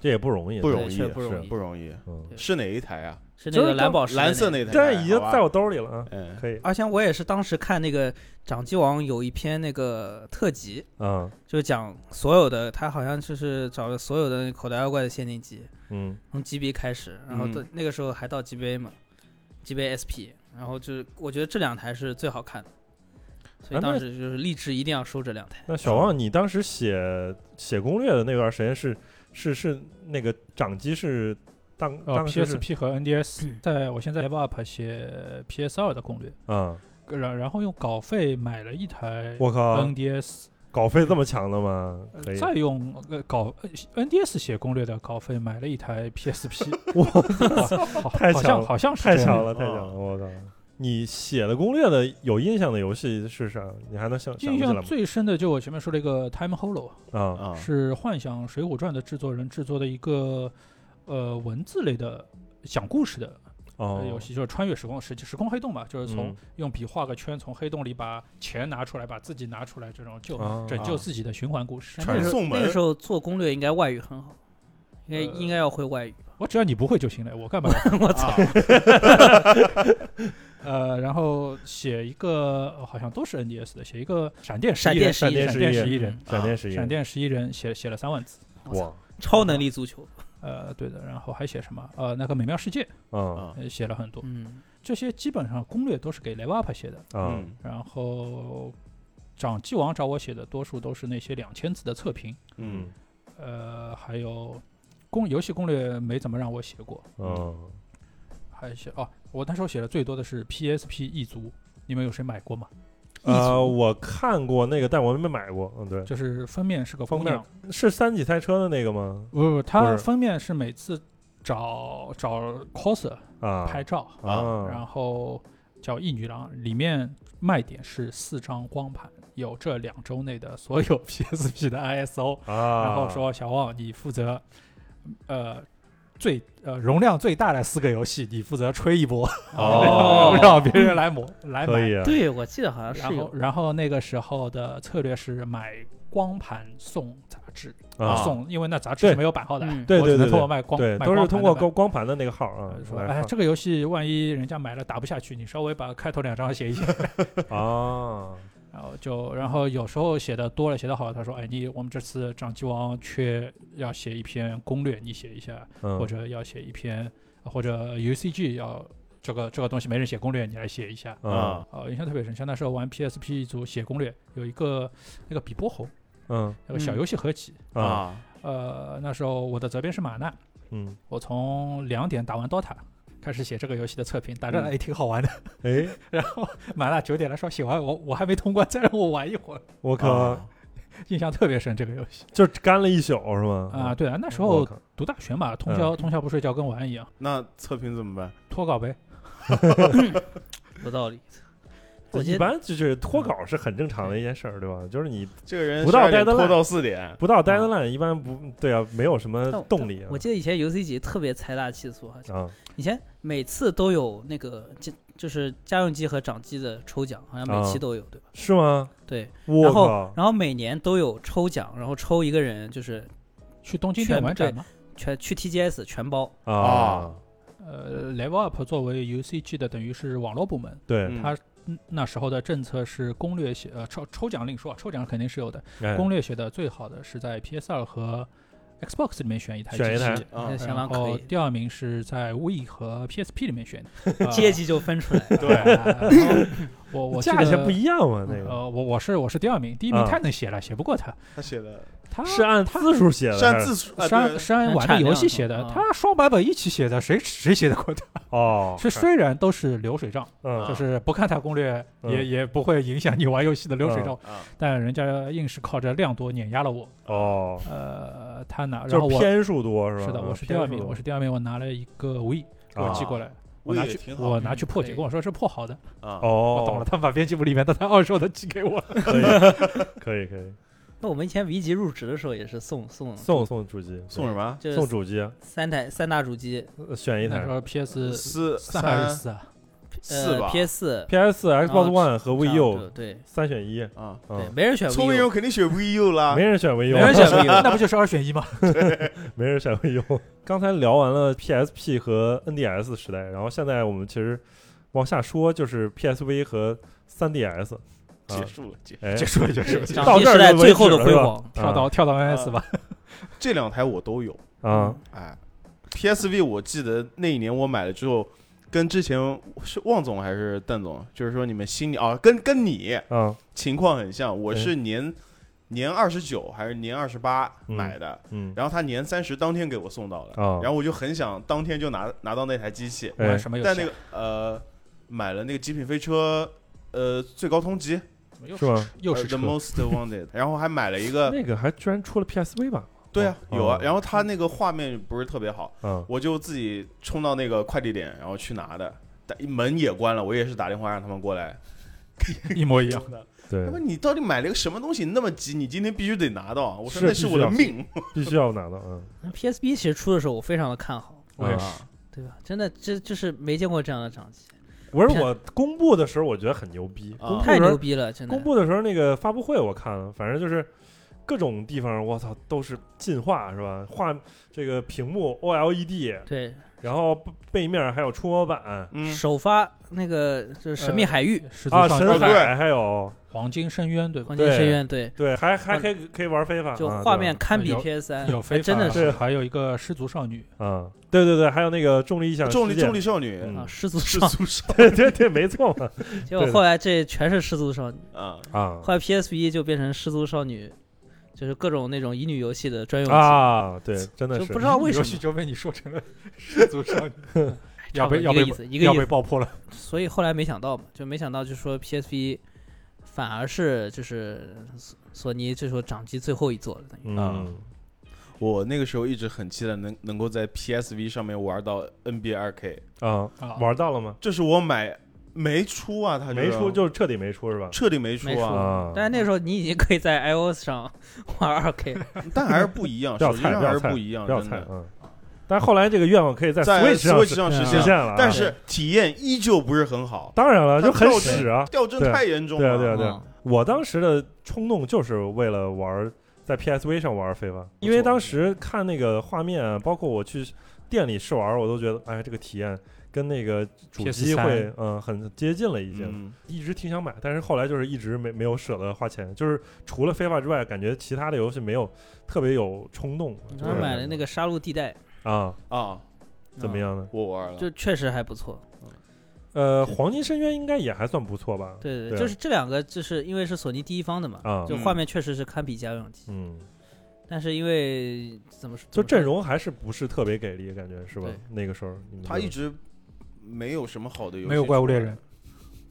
这也不容易，不容对易啊确实不容是易不，容易。嗯，对哦是哪一台啊？是那个蓝宝石的蓝色那那个。台，但是已经好吧在我兜里了 啊，嗯可以，而且我也是当时看那个《掌机王》有一篇那个特辑，嗯就讲所有的，他好像就是找了所有的口袋妖怪的限定机，嗯从 GB 开始，然后嗯到、那个时候还到 GBA 嘛，GBA SP，然后就是我觉得这两台是最好看的，所啊那以当时就是立志一定要收这两台。那小旺，你当时写写攻略的那段时间是是是那个掌机是当呃当时是嗯 PSP 和 NDS，在我现在 Live Up 写 PS2 的攻略，啊，然然后用稿费买了一台我靠，嗯 NDS，稿费这么强的吗？可以，再用呃稿呃 NDS 写攻略的稿费买了一台 PSP，哇哇，好太强好像了好像是太这样强了，嗯太强哦了，我靠！你写的攻略的有印象的游戏是啥？你还能想想印不起来象吗？最深的就我前面说了一个 Time Hollow，啊啊，是《幻想水浒传》的制作人制作的一个呃文字类的讲故事的哦呃，游戏，就是穿越时空时时空黑洞吧，就是从嗯用笔画个圈，从黑洞里把钱拿出来，把自己拿出来，这种救啊拯救自己的循环故事。哎传送门那个时候做攻略应该外语很好，应该、呃应该要会外语。我只要你不会就行了，我干嘛？ 我操，呃，然后写一个呃好像都是 NDS 的，写一个闪电闪一电人，十闪一人闪电电十一人人，啊闪电十一，闪电十一人写写了三万字。哇，超能力足球，呃，对的，然后还写什么？呃，那个美妙世界嗯啊呃写了很多，嗯，这些基本上攻略都是给 Level Up 写的，啊嗯然后掌机王找我写的多数都是那些两千字的测评，嗯呃，还有攻游戏攻略没怎么让我写过，嗯，还写哦，我那时候写的最多的是 PSP 一族，你们有谁买过吗？呃，我看过那个，但我没买过。嗯，对，嗯就是封面是个封姑面娘，是三级赛车的那个吗？不不，不它是封面是每次找找 coser 啊，拍照，啊然后叫一女郎，里面卖点是四张光盘，有这两周内的所有 PSP 的 ISO，啊，然后说小旺你负责，呃。最呃容量最大的四个游戏，你负责吹一波，嗯哦 让别人来磨来可哎买。以啊，对，我记得好像是然后有。然后那个时候的策略是买光盘送杂志，啊，送，因为那杂志对是没有版号的，嗯对我只对能对通过对卖光，对，卖都是光通盘过的光光盘的那个号啊版。说，来哎，放这个游戏万一人家买了打不下去，你稍微把开头两张写一 写，啊，然后就，然后有时候写的多了，写的好了，他说，哎，你我们这次掌机王缺要写一篇攻略，你写一下，嗯或者要写一篇，或者 UCG 要这个这个东西没人写攻略，你来写一下。啊啊啊，印象特别深，像那时候玩 PSP 一组写攻略，有一个那个比波猴，嗯那个小嗯游戏合集，啊啊呃，那时候我的责编是马纳，嗯，我从两点打完 DOTA 开始写这个游戏的测评，打着嗯哎挺好玩的。哎，然后马纳九点来说写完，我我还没通关，再让我玩一会儿。我靠啊，印象特别深这个游戏就干了一宿是吗？啊，对啊，那时我候靠，读大学嘛，通宵通宵不睡觉跟玩一样，那测评怎么办？脱稿呗。有道理。我记一得般就是脱稿是很正常的一件事儿，对吧？就是你这个人不到12点 deadline 拖到四点，不到啊 deadline，一般不对啊，没有什么但我动力啊我记得以前 UCG 特别财大气粗，好像啊以前每次都有那个就就是家用机和掌机的抽奖，好像每期啊都有，对吧？是吗？对，我然靠后，然后每年都有抽奖，然后抽一个人就是去东京电玩展全嘛，全去 TGS 全包，啊，呃，Level Up 作为 UCG 的等于是网络部门，对，嗯他嗯那时候的政策是攻略写呃抽抽奖另说，抽奖肯定是有的，哎攻略写的最好的是在 PS 2和 Xbox 里面选一台机器，选一台啊 相然当可后以，第二名是在 We 和 PSP 里面选 的，啊呃阶级就分出来 了。 对，然后我 我记价钱得不一样嘛，那个呃，我我是我是第二名，第一名啊太能写了，写不过他，他写 的他是呃按字数写的，是按字数啊是按对是按按玩产的游量戏是写吧的，啊他双版本一起写的，谁谁写得过他？哦，是虽然都是流水账，嗯就啊是不看他攻略也嗯也不会影响你玩游戏的流水嗯账，啊但人家硬是靠着量多碾压了我。哦，呃，他拿，然就后是我篇数多是吧？是的，嗯我是第篇二数名，多我是第二名，我拿了一个 V，我啊寄过来，我 Wii 拿也去挺好我拿去嗯破解，可以跟我说是破好的，啊哦，我懂了，他们把编辑部里面的他二手的寄给我了。可 以，可以，可以，那我们以前 V 级入职的时候也是送送送送主机，嗯送什么？就送是主机，三台三大主机，呃选一那台时候 PS 四三还是三四啊？四呃吧 PS 四、 PS、Xbox 后 One 和 Wii 差不 U 多对三选一，啊， 对，嗯，没人选 Wii 聪明人 U，肯定选 VU 啦没，人选 Wii U，没人选 V，那不就是二选一吗？ 没人选会用。 刚才聊完了 PSP 和 NDS 时代，然后现在我们其实往下说就是 PSV 和 3DS。结束了，结哎，结束了，结束了对。到掌机这儿时代就为最后止的了辉是吧煌。跳到跳到 NS 吧，这两台我都有，啊，哎，PSV 我记得那一年我买了之后，跟之前是旺总还哦是邓总，就是说你们心里啊，跟跟你啊情况很像，我哎是年年二十九还是年二十八嗯买的，嗯然后他年三十当天给我送到了，啊然后我就很想当天就拿拿到那台机器，哎玩什么游戏但啊？那个呃买了那个《极品飞车》呃最高通缉，怎么又是吗车又是呃 The 车 Most Wanted，然后还买了 一个，那个还居然出了 PSV 版对啊哦有啊哦，然后他那个画面不是特别好，啊我就自己冲到那个快递点，然后去拿的，但门也关了，我也是打电话让他们过来。一模一样。对他，说你到底买了个什么东西那么急？你今天必须得拿到。啊我说是那是我的必须命。必须要拿到，嗯， PSB 其实出的时候我非常的看好，我也是啊对吧？真的，这就是没见过这样的掌机，我是我公布的时候我觉得很牛逼，啊公布的太时候牛逼了，真的公。布的时候那个发布会我看了，反正就是各种地方，我操，都是进化是吧？画这个屏幕 OLED，对，然后背面还有触摸板嗯，首发那个就是《神秘海域十足啊，上神对海还有黄金深渊对》吧？黄金深渊，对，呃对，还还可以可以玩非法，就啊画面堪比有 PS 三，有非还哎真的法是是还有一个失足少女，对吧啊，对对对，还有那个重力异想重力世界重力少女嗯啊，失 足是少宿舍 对对对，没错嘛女，结果后来这全是失足少女，啊，啊后来 PSP 就变成失足少女，就是各种那种乙女游戏的专用机，啊，对，真的就是不知道为什 游么戏就被你说成了失足少女，要被 差要不多被一个意思一要个意被思，爆破了。所以后来没想到嘛，就没想到就说 PSP 反而是就是索索尼这时候掌机最后一座了，等于啊嗯我那个时候一直很期待能能够在 PSV 上面玩到 NBA 二 K，啊，啊玩到了吗？这是我买没出啊，它没出就彻底没出是吧？彻底没出没出啊，啊，但是那时候你已经可以在 iOS 上玩二 K，但还是不 一样，不要手机菜，上不还要是菜，不一样，不要啊真菜的。嗯。但是后来这个愿望可以在在 Switch 上 Switch 实上实实现现了，了啊，但是体验依旧不是很好，当然了，它就很跳帧屎啊！掉帧对太严重对啊 了。对啊对啊嗯！我当时的冲动就是为了玩在 PSV 上玩非法，因为当时看那个画面啊，包括我去店里试玩，我都觉得哎，这个体验跟那个主机 PS3 会嗯很接近了，已经。嗯，一直挺想买，但是后来就是一直没没有舍得花钱，就是除了非法之外，感觉其他的游戏没有特别有冲动。你就当是时买了那个《杀戮地带啊，啊，》，怎么嗯？样呢？我玩了，就确实还不错，呃，黄金深渊应该也还算不错吧？对对对就是这两个，就是因为是索尼第一方的嘛，啊，就画面确实是堪比家用机，嗯，但是因为怎么说，就阵容。容还是不是特别给力，感觉是吧对？那个时候你们他一直没有什么好的游戏，没有怪物猎人，，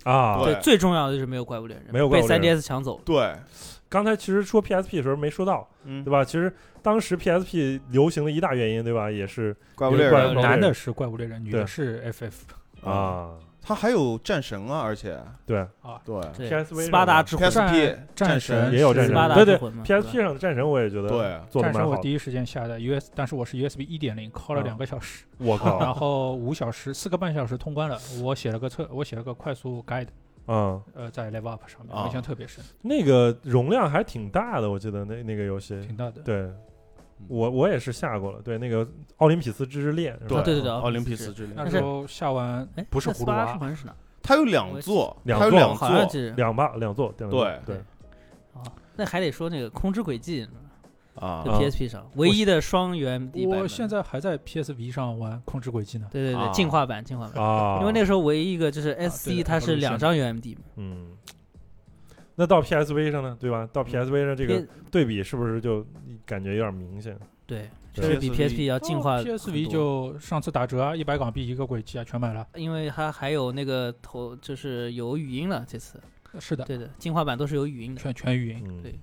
啊，对对，最重要的就是没有怪物猎人，没有怪被物猎人 3DS 抢走了。对，刚才其实说 PSP 的时候没说到，嗯对，吧？其实当时 PSP 流行的一大原因，对吧？也是怪物物猎猎人怪物人，猎人男的是怪物猎人，女对的是 FF 啊，他还有战神啊，而且对啊，对对 PSV 斯巴达之魂， PSP 战战神也有战是神斯巴达对之对魂嘛嗯对吧 PSP 上的战神我也觉得对，啊做的战蛮神我好的，第一时间下的 US，但是我是 USB 一点零，敲了啊哦两个小时，我然 靠，后五小时四个半小时通关了。我写了个测，我写了个快速 guide，嗯，呃，在 Live Up 上面，啊我印象特别深，那个容量还挺大的，我记得那那个游戏，挺大的。对。嗯我我也是下过了，对那个奥林匹斯之恋，是吧对啊对对对，奥林匹是斯。之那恋，时候下完哎，不是那葫斯芦巴达娃之，魂是哪？它有两座，两它有座两好像座是两把两座，两座对对，哦，那还得说那个《空之轨迹》啊在啊 PSP 上唯一的双元地板我的。现在还在 PSV 上玩《控制轨迹》呢。对对啊对，进化版进化版，啊，因为那时候唯一一个就是对 SC 的它是 Evolution 两张 UMD 嘛，嗯，那到 PSV 上呢，对吧？到 PSV 上这个对比是不是就感觉有点明显？对，对就是比 PSV PSP 要啊进哦化很多。 PSV 就上次打折啊，一百港币一个轨迹啊，全买了。因为它还有那个头，就是有语音了。这次是的，对的，进化版都是有语音的。全全语音。嗯，对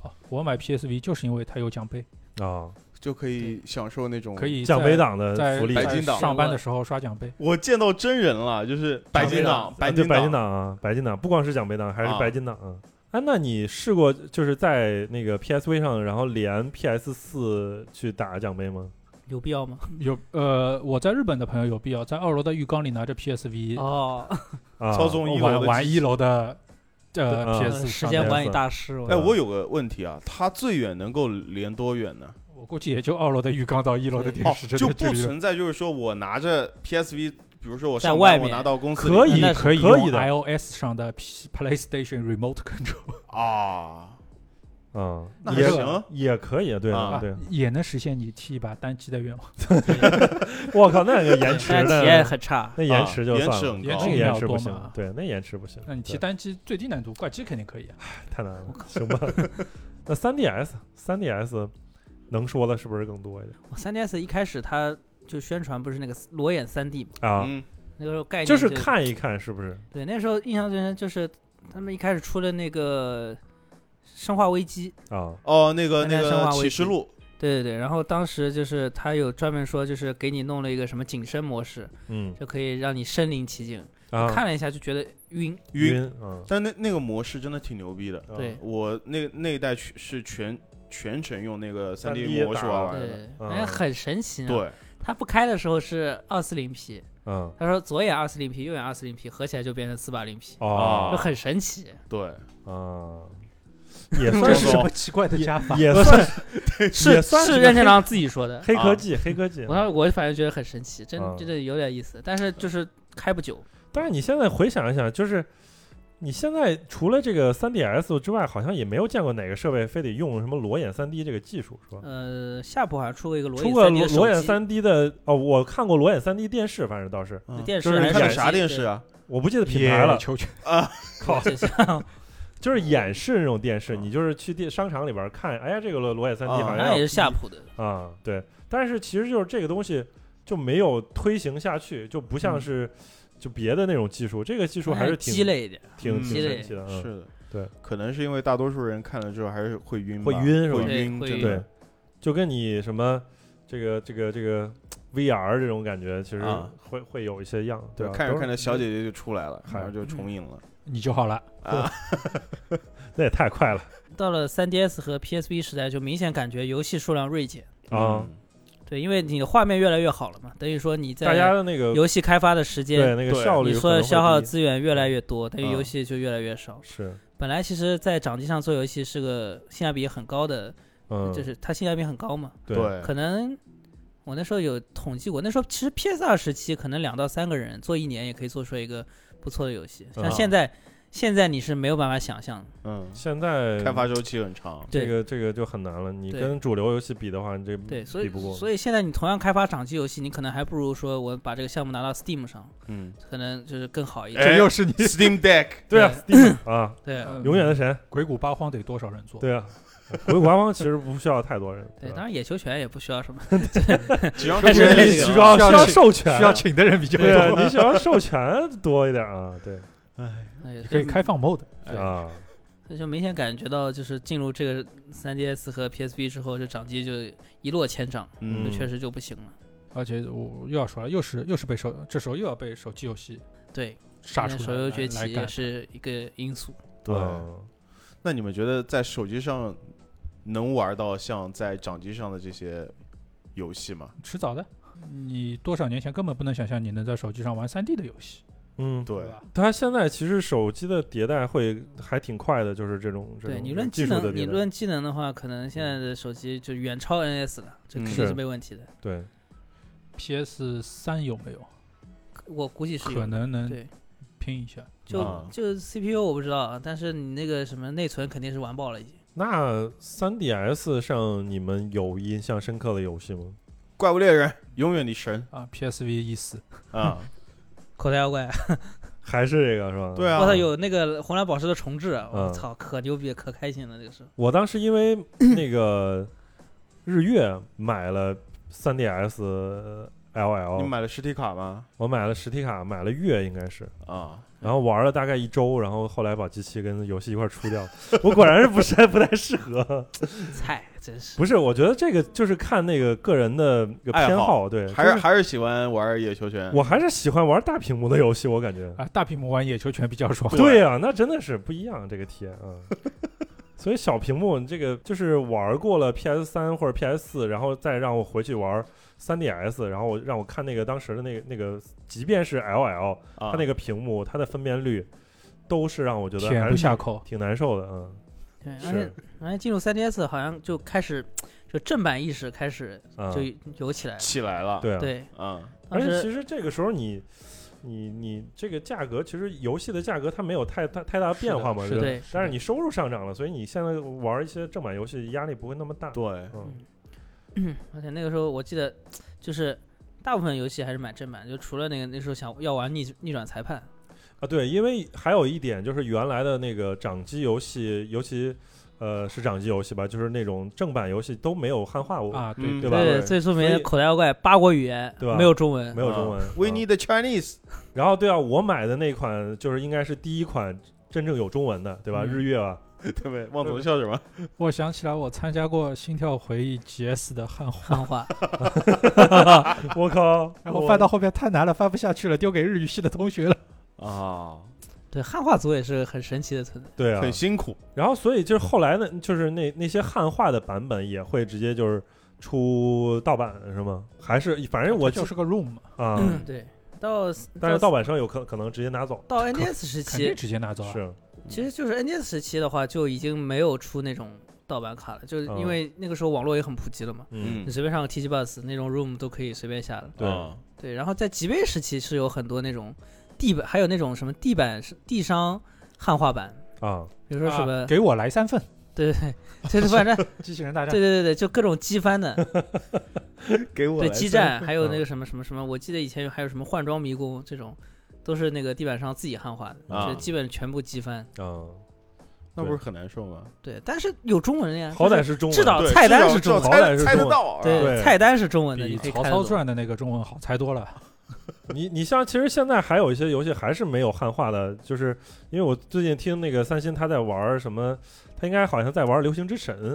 哦，我买 PSV 就是因为它有奖杯，啊，就可以享受那种可。以哦奖杯在党的在呃福利，白在金党上班的时候刷奖杯。我见到真人了，就是白金党，啊对金白金，党啊，白金党，不光是奖杯党，还是啊白金党啊。哎，那你试过就是在那个 PSV 上，然后连 PS 四去打奖杯吗？有必要吗？有呃，我在日本的朋友有必要在二楼的浴缸里拿着 PSV 哦，啊，操纵一楼的玩机玩一楼的对啊呃 PS 时上间面，管理大师，我哎，我有个问题啊，它最远能够连多远呢？我估计也就二楼的浴缸到一楼的电哦视，这就个距不离了。存在，就是说我拿着 PSV，比如说我在上班外我面拿到公司里可以以 那可以可用以的 iOS 上的 P- PlayStation Remote Control 啊，啊，那还也行也可以，对啊对，也能实现你踢一把单机的愿望，我靠，那个延迟 但体验的，很差。那延迟就啊算延迟了，很延那个延高迟一秒迟多不行嘛，对，那延迟不行，那你踢对单机最低难度怪机肯定可以啊。太难了，行吧？那 3DS，3DS 能说的是不是更多一点我 3DS 一开始它就宣传不是那个裸眼 3D 嘛，啊？嗯，那个时候概念就是看一看是不是？对，那时候印象最深就是他们一开始出了那个《生化危机》，啊，哦，那个那那个生个化危启示机录，对对对，然后当时就是他有专门说，就是给你弄了一个什么景深模式，嗯就可以让你身临其境。啊，看了一下就觉得晕，晕晕啊，但那那个模式真的挺牛逼的。啊对我那那一代全是全全程用那个三 3D 模式打啊玩玩的，对，反嗯正很神奇、啊。，对，他不开的时候是二四零 P，嗯他说左眼二四零 P，右眼二四零 P 合起来就变成四八零 P，就哦很神奇。对，啊，也这算是什么奇怪的加法也算也是算是是个任天黑堂自己说的，黑科啊技，黑科技。我我反正觉得很神奇，真啊真的有点意思，但是嗯就是开不久。但是你现在回想一想，就是你现在除了这个 3DS 之外，好像也没有见过哪个设备非得用什么裸眼 3D 这个技术，是吧？呃，夏普好像出过一个嗯裸出眼过 3D 裸的裸眼手机， 3D 的哦，我看过裸眼 3D 电视，反正倒是嗯电视就是还你是看的手啥电视啊？我不记得品牌了，球权靠，这像就是演示那种电视，啊你就是去电商场里边看，哎呀，这个裸裸眼 3D 啊好那像也有是夏普的。啊，对。但是其实就是这个东西就没有推行下去，就不像是就别的那种技术，这个技术还是挺嗯鸡肋一点。挺挺鸡肋神奇的，嗯是的，对，可能是因为大多数人看了之后还是会晕吧，会晕是吧会对晕，会真晕对的，，就跟你什么这个这个这个 VR 这种感觉，其实啊会会有一些样，对，吧看着看啊都着是小姐姐就出来了，嗨然后就重影了你就好了。啊，那也太快了到了 3DS 和 PSV 时代，就明显感觉游戏数量锐减。啊！嗯对，因为你的画面越来越好了嘛，等于说你大家在的那个游戏开发的时对间，那个对效率你可说能的会消耗低资源越来越多，等于嗯游戏就越来越少。是本来其实，在掌机上做游戏是个性价比很高的，嗯，就是它性价比很高嘛。对可能我那时候有统计过，那时候其实 PS 二时期可能两到三个人做一年也可以做出一个不错的游戏，嗯像现在。现在你是没有办法想象的，嗯，现在开发周期很长，这对个这个就很难了。你对跟主流游戏比的话，你这对，所以比不过。所以现在你同样开发掌机游戏，你可能还不如说我把这个项目拿到 Steam 上，嗯可能就是更好哎一点。这又是你，Steam Deck，对啊，Steam 啊，对呃永远的神，鬼谷八荒得多少人做？对啊。鬼谷八荒其实不需要太多人，对，吧当然野球拳也不需要什么， 只要开始是那那个个需要需要需要请授权，需要请的人比较对啊， 多。你需要授权多一点啊，对哎你可以开，放 mode，哎啊，所以就明显感觉到就是进入这个 3DS 和 PSP 之后，这掌机就一落千丈，嗯就确实就不行了。而且我又要说了，又是又是被手，这时候又要被手机游戏对，杀出来手游崛来起干也是一个因素。对嗯那你们觉得在手机上能玩到像在掌机上的这些游戏吗？迟早的。你多少年前根本不能想象你能在手机上玩 3D 的游戏，嗯，对，吧？它现在其实手机的迭代会还挺快的，就是这种这对种你论技技术的能，迭你代，论技能的话，可能现在的手机就远超 NS 了，这嗯肯是定是没问题的。对 PS 三有没有？我估计是有可能能啊对，拼一下。就啊就 CPU 我不知道，啊，但是你那个什么内存肯定是完爆了已经。那 3DS 上你们有印象深刻的游戏吗？怪物猎人永远的神啊，PSV 一四，嗯啊，口袋妖怪，啊还是这个是吧？对啊我操，有那个红蓝宝石的重置啊，我嗯操，可牛逼，可开心了，那 个时候。我当时因为那个日月买了 3DS LL，你买了实体卡吗？我买了实体卡，买了月应该是，啊，然后玩了大概一周，然后后来把机器跟游戏一块儿出掉了。 我果然是不是不太适合，菜，真是。不是？我觉得这个就是看那个个人的一个爱偏好好，对，还就是还是喜欢玩野球拳。我还是喜欢玩大屏幕的游戏，我感觉。啊，大屏幕玩野球拳比较爽。对呀、那真的是不一样这个体验啊。所以小屏幕这个就是玩过了 PS 三或者 PS 四，然后再让我回去玩 3DS，然后我让我看那个当时的那个那个，即便是 LL，啊，它那个屏幕它的分辨率都是让我觉得舔还不是下口，挺难受的，嗯对，是而且而且进入 3DS 好像就开始就正版意识开始啊，就有起来了。起来了，，对啊。对，嗯，而当且其时实这个时候你。你你这个价格，其实游戏的价格它没有太太太大的变化嘛，是对的吧对但是你收入上涨了，所以你现在玩一些正版游戏压力不会那么大。对，嗯而且那个时候我记得就是大部分游戏还是买正版，就除了那个那时候想要玩逆逆转裁判，啊，对，因为还有一点就是原来的那个掌机游戏，尤其呃是掌机游戏吧，就是那种正版游戏都没有汉化，我、啊，对，嗯对吧对，对最著名所的以口袋妖怪八国语言，对吧没有中文，没有中文。啊 We 嗯 need the Chinese，然后对啊，我买的那款就是应该是第一款真正有中文的，对吧？嗯日月啊吧，对不对？望总笑什么？我想起来，我参加过《心跳回忆》GS 的汉 化，汉化。我靠！ 然后我哎翻到后面太难了，翻不下去了，丢给日语系的同学了。啊，对，汉化组也是很神奇的存在。对啊，很辛苦。然后所以就是后来呢，就是那那些汉化的版本也会直接就是出盗版是吗？还是反正我它就是个嗯 room 嘛，啊，对，到但是到盗版商有可可能直接拿走，到 NDS 时肯期定，直接拿走啊。是其实就是 NDS 时期的话，就已经没有出那种盗版卡了，就是因嗯为那个时候网络也很普及了嘛，嗯你随便上个 TG Bus 那种 Room 都可以随便下了。对啊对，然后在极杯时期是有很多那种地板，还有那种什么地板是地商汉化版，啊，比如说什么，啊给我来三份对对对，就是反正对机器人大对战，对对，就各种机翻的，给我对来基三站，还有那嗯个什么什么什么，我记得以前有还有什么换装迷宫这种，都是那个地板上自己汉化的，啊就基本全部机翻。嗯，那不是很难受吗？对，但是有中文的呀，好就歹是是中文，至少对菜单至少是中文至少好歹猜啊是猜中得文到啊。对菜单是中文的，比你《可以曹看得操懂传》的那个中文好猜多了。你你像其实现在还有一些游戏还是没有汉化的，就是因为我最近听那个三星他在玩儿什么，他应该好像在玩《流行之神》，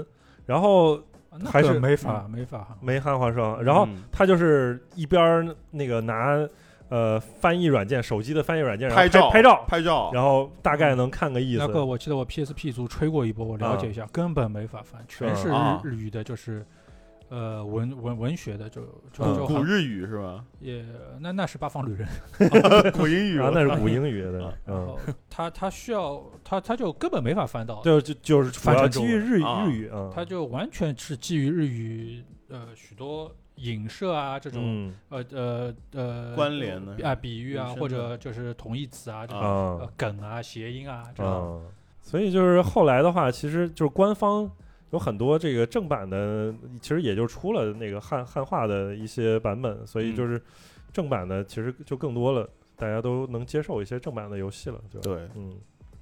然后那还个是没法嗯没法。没汉化是吧？然后嗯他就是一边儿那个拿呃翻译软件，手机的翻译软件，然后拍照拍照，拍照，然后大概能看个意思。那个我记得我 PSP 族吹过一波，我了解一下，根本没法翻，全是啊日日语的，就是呃文文文学的，就就嗯就古很日语是吗？也那那是八方旅人，古英语然吗后那是古英语的啊，然嗯 后，他他需要他他就根本没法翻到，对，就就是主翻要成基中于文日语啊日语啊，他就完全是基于日语呃许多影射啊这种、嗯呃呃呃关联的是吧啊比喻引啊申的或者就是同义词啊这种、啊呃啊梗啊谐音啊这种。啊，所以就是后来的话，其实就是官方。有很多这个正版的，其实也就出了那个汉汉化的一些版本，所以嗯就是正版的其实就更多了，大家都能接受一些正版的游戏了，对吧？对，嗯，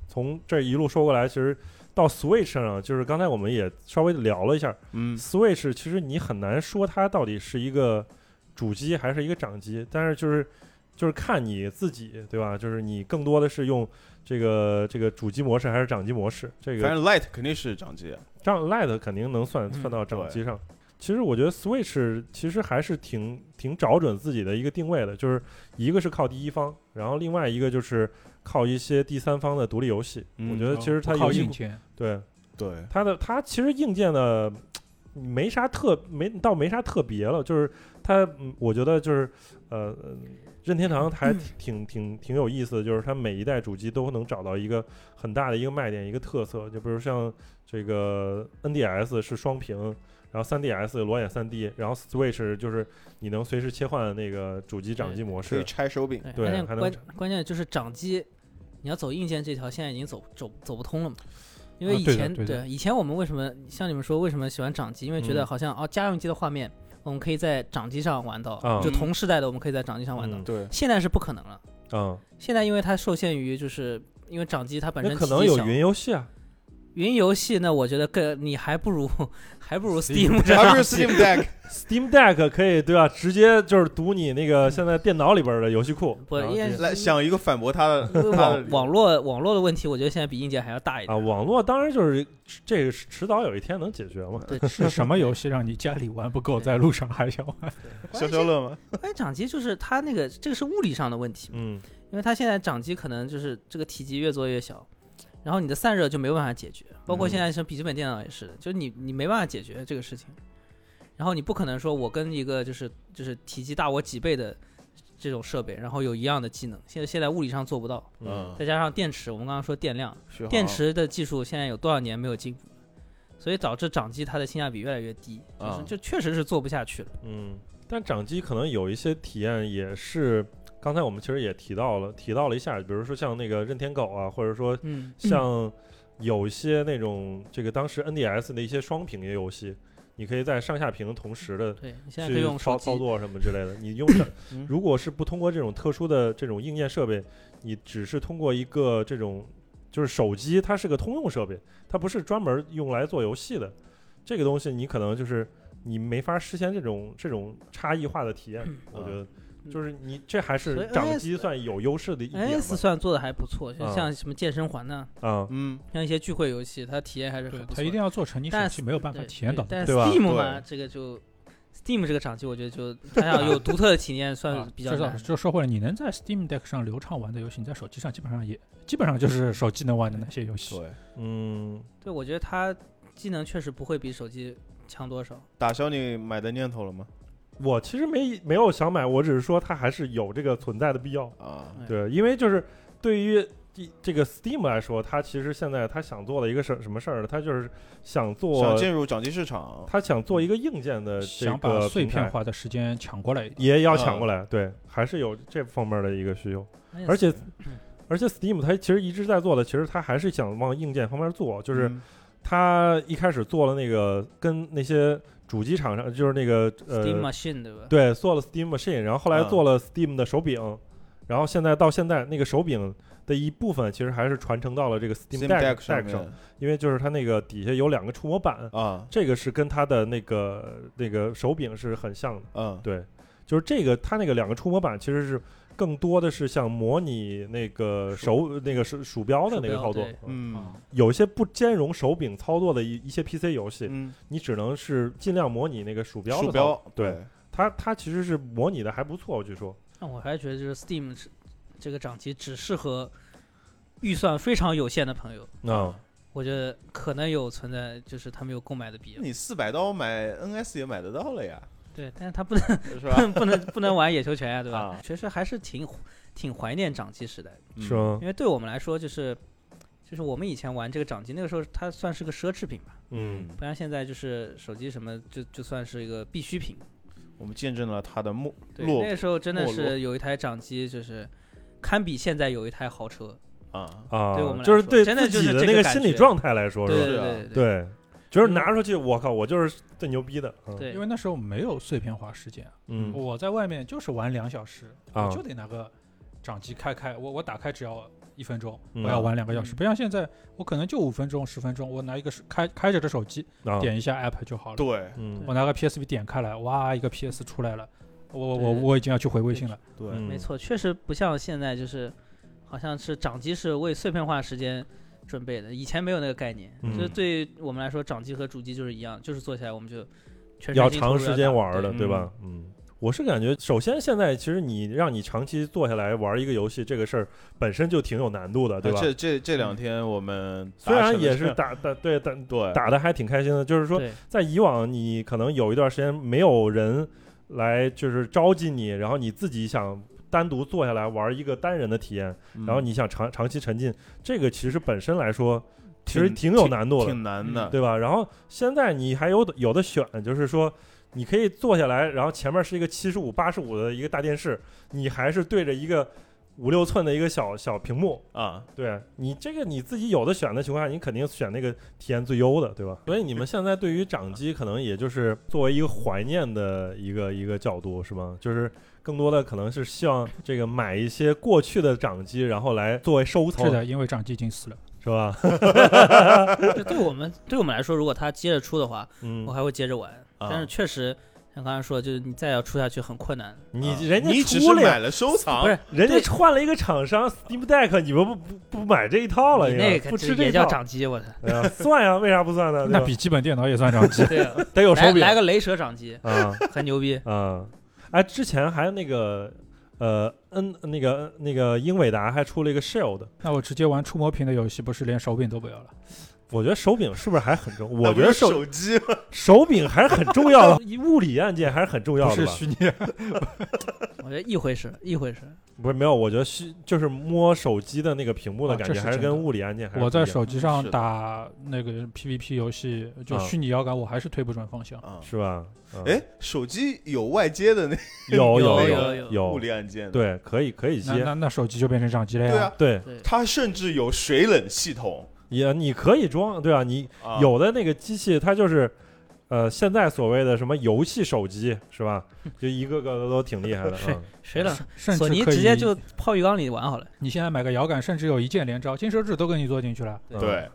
从这一路说过来，其实到 Switch 上，就是刚才我们也稍微聊了一下、嗯 s w i t c h 其实你很难说它到底是一个主机还是一个掌机，但是就是就是看你自己，对吧？就是你更多的是用这个这个主机模式还是掌机模式，这反个正 Light 肯定是掌机，啊让 Lite 肯定能算嗯算到掌机上。其实我觉得 Switch 其实还是挺挺找准自己的一个定位的，就是一个是靠第一方，然后另外一个就是靠一些第三方的独立游戏。嗯我觉得其实哦它不靠游戏硬库件，对对，它的它其实硬件的没啥特没倒没啥特别了，就是它嗯我觉得就是呃任天堂还挺挺挺有意思的，就是它每一代主机都能找到一个很大的一个卖点一个特色，就比如像这个 NDS 是双屏，然后 3DS 裸眼 3D，然后 Switch 就是你能随时切换那个主机掌机模可以式，拆手柄。对关键还能关查关键就是掌机，你要走硬件这条线已经走走走不通了嘛。因为啊以对的前、对的以前我们为什么像你们说为什么喜欢掌机？因为觉得嗯好像、哦，家用机的画面我们可以在掌机上玩到，啊就同时代的我们可以在掌机上玩到。嗯对，现在是不可能了，嗯，现在因为它受限于就是因为掌机它本那身可体能积有小云游戏啊，云游戏呢，我觉得更你还不如 还不如 Steam 这还样不是 Steam Deck， Steam Deck 可以对吧？直接就是读你那个现在电脑里边的游戏库。不然后应该就是来想一个反驳他的，因为他的网网络网络的问题，我觉得现在比硬件还要大一点。啊，网络当然就是这个是迟早有一天能解决嘛。对，是什么游戏让你家里玩不够，在路上还想玩？消消乐吗？关于掌机就是它那个这个是物理上的问题，嗯因为它现在掌机可能就是这个体积越做越小，然后你的散热就没有办法解决，包嗯括现在像笔记本电脑也是的，就是你你没办法解决这个事情，然后你不可能说我跟一个就是就是体积大我几倍的这种设备，然后有一样的技能，现在现在物理上做不到，嗯，再加上电池，我们刚刚说电量，续航电池的技术现在有多少年没有进步了，所以导致掌机它的性价比越来越低，就是啊就确实是做不下去了。嗯，但掌机可能有一些体验也是，刚才我们其实也提到了，提到了一下，比如说像那个任天狗啊，或者说嗯，像有一些那种这个当时 NDS 的一些双屏游戏，你可以在上下屏同时的对，你现在可以去用操手机操作什么之类的。你用上嗯，如果是不通过这种特殊的这种硬件设备，你只是通过一个这种就是手机它是个通用设备，它不是专门用来做游戏的。这个东西你可能就是你没法实现这种这种差异化的体验， 我觉得就是你这还嗯所是以掌 NS 机算有优势的一点 NS 算哎做的还不错，就嗯像什么健身环呐，吧，嗯，像一些聚会游戏，它体验还是很对，不错它的。一定要做成你手但机没有办法对体验到对但的。是对吧 Steam 嘛，对这个就 Steam 这个掌机，我觉得就它要有独特的体 验，算啊比较这倒难是。就说回来，你能在 Steam Deck 上流畅玩的游戏，你在手机上基本上也基本上就是手机能玩的那些游戏。对，嗯对，我觉得它技能确实不会比手机强多少。打消你买的念头了吗？嗯，我其实没没有想买，我只是说它还是有这个存在的必要。啊，哎嗯对，因为就是对于这这个 Steam 来说，它其实现在它想做的一个事什么事儿呢？它就是想想做，进入掌机市场，它想做一个硬件的这想把个碎平片台，化的时间抢过来一点。也要嗯抢过来。对，还是有这方面的一个需求，嗯而且。而且 Steam 它其实一直在做的，其实它还是想往硬件方面做，就是嗯它一开始做了那个跟那些主机厂商，就是那个 Steam 呃， Machine 对吧？对，做了 Steam Machine，然后后来嗯做了 Steam 的手柄，然后现在到现在那个手柄的一部分，其实还是传承到了这个 Steam Steam Deck Deck 上 Deck 上面，因为就是它那个底下有两个触摸板，啊，这个是跟它的那个那个手柄是很像的。嗯，对，就是这个，它那个两个触摸板其实是更多的是像模拟那个手那个是鼠标的那个鼠标操作对，嗯，啊嗯有一些不兼容手柄操作的一一些 PC 游戏，嗯，你只能是尽量模拟那个鼠标的鼠操标作。，对，它它其实是模拟的还不错，据说。那我还是觉得就是 Steam 是这个掌机只适合预算非常有限的朋友，嗯，我觉得可能有存在就是他们有购买的 必要。你四百刀买 NS 也买得到了呀，对，但是他不能是不吧？能 不能不能玩野球拳呀、对吧啊？其实还是挺挺怀念掌机时代 的，是吗因？为对我们来说就是。就是我们以前玩这个掌机，那个时候它算是个奢侈品吧，嗯，不然现在就是手机什么就就算是一个必需品。我们见证了他的没对，落那个时候真的没落是有一台掌机，就是堪比现在有一台豪车。啊，啊对我们，来就是说对真的自己就是的这那个个感心理觉状态来说，对是吧？对啊对嗯对，就是拿出去，我靠，我就是最牛逼的。嗯对，因为那时候没有碎片化时间，嗯我在外面就是玩两小时，啊我就得拿个掌机开开，我我打开只要一分钟，嗯我要玩两个小时，嗯不像现在我可能就五分钟十分钟，我拿一个手开开着的手机啊，点一下 app 就好了，对嗯我拿个 PSV 点开来，哇，一个 PS 出来了，我我对我已经要去回微信了，对嗯没错，确实不像现在，就是好像是掌机是为碎片化时间准备的，以前没有那个概念。嗯就是对于我们来说，掌机和主机就是一样，就是坐下来我们就全身要心投入长时要间打玩儿的，对对吧？嗯，我是感觉，首先现在其实你让你长期坐下来玩一个游戏，这个事儿本身就挺有难度的，对啊吧？嗯这这这两天我们虽达然成了也这是打打对打对打的还挺开心的，就是说对在以往你可能有一段时间没有人来就是召集你，然后你自己想。单独坐下来玩一个单人的体验，嗯然后你想长长期沉浸，这个其实本身来说，其挺实挺有难度的，挺难的，对吧？然后现在你还有有的选，就是说你可以坐下来，然后前面是一个七十五、八十五的一个大电视，你还是对着一个五六寸的一个小小屏幕，啊，对你这个你自己有的选的情况下，你肯定选那个体验最优的，对吧？所以你们现在对于掌机，可能也就是作为一个怀念的一个一个角度，是吗？就是更多的可能是希望这个买一些过去的掌机，然后来作为收藏是，的，因为掌机已经死了。是吧？ 就对我们对我们来说，如果它接着出的话，嗯我，还会接着玩。啊但是确实，像刚才说，就是你再要出下去很困难。你啊人家你只出是了呀买了收藏，不是人对家换了一个厂商 Steam Deck，你们不不不买这一套了？你应那该个不吃这也一叫套，掌机， 我操！，哎呀算呀？为啥不算 呢？那对吧？笔记本电脑也算掌机 对啊，得有来手柄来个雷蛇掌机，啊很牛逼。 啊！哎，之前还那个呃 N 那个那个英伟达还出了一个 Shield，那我直接玩触摸屏的游戏，不是连手柄都不要了？我觉得手柄是不是还很重？那啊我不觉得是手手机吗手柄还是很重要的，啊 物理按键还是很重要不是的吧？虚拟，我觉得一回事一回事。不是没有，我觉得是就是摸手机的那个屏幕的啊感这觉，是还是真跟的物理按键还是我不一在样手机上是的打那个 PVP 游戏，就啊虚拟摇杆，我还是推不准方向。啊，是吧？嗯哎，手机有外接的那哦有有有有物有，理按键的，对，可以可以那接，那那手机就变成掌机了对呀。啊，对。对，它甚至有水冷系统，也你可以装，对啊，你啊有的那个机器它就是呃，现在所谓的什么游戏手机是 吧？就一个个的都挺厉害的。是嗯谁了？甚索至尼可直接以就泡浴缸里玩好了。你现在买个摇杆，甚至有一键连招，金手指都给你做进去了。嗯对，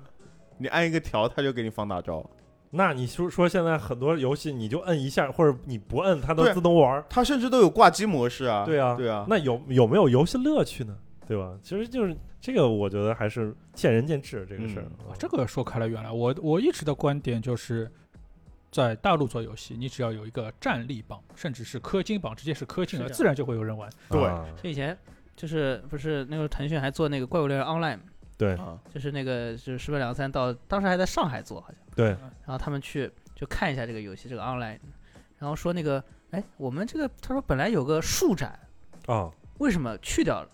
你按一个条，它就给你放大招。那你说说现在很多游戏，你就摁一下，或者你不摁，它都对自动玩儿。它甚至都有挂机模式啊。对啊，对啊。那有有没有游戏乐趣呢？对吧？其实就是这个，我觉得还是见仁见智这个事儿嗯。嗯啊这个说开了，原来我我一直的观点就是，在大陆做游戏，你只要有一个战力榜，甚至是氪金榜，直接是氪金是了，的自然就会有人玩。对啊所以以前就是不是那个腾讯还做那个怪物猎人 Online，嘛对啊，就是那个就是十本两三到当时还在上海做好像。对。然后他们去就看一下这个游戏这个 Online，然后说那个哎我们这个他说本来有个树展，啊，为什么去掉了？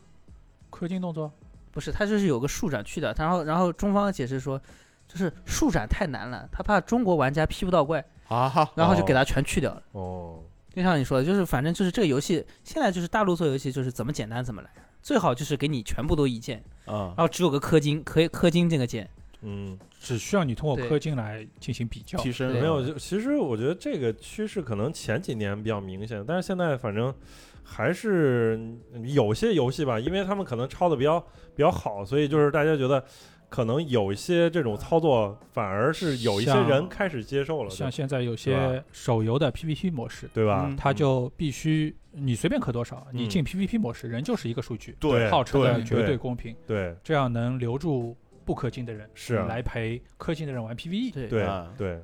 氪金动作，不是，他就是有个树展去掉，然后然后中方解释说。就是树展太难了，他怕中国玩家劈不到怪，啊哈，然后就给他全去掉了。哦，就像你说的，就是反正就是这个游戏，现在就是大陆做游戏就是怎么简单怎么来，最好就是给你全部都一键，啊然后只有个氪金，可以氪金这个键。嗯，只需要你通过对氪金来进行比较。提升对没有，就其实我觉得这个趋势可能前几年比较明显，但是现在反正还是有些游戏吧，因为他们可能抄的比较比较好，所以就是大家觉得可能有一些这种操作反而是有一些像人开始接受了，像现在有对些手游的 PVP 模式，对吧？嗯它就必须你随便氪多少，你进 PVP 模式，人就是一个数据，对号称的对绝对嗯对公平，嗯对这样能留住不氪金的人，是来陪氪金的人玩 E PVE。对，嗯对啊对，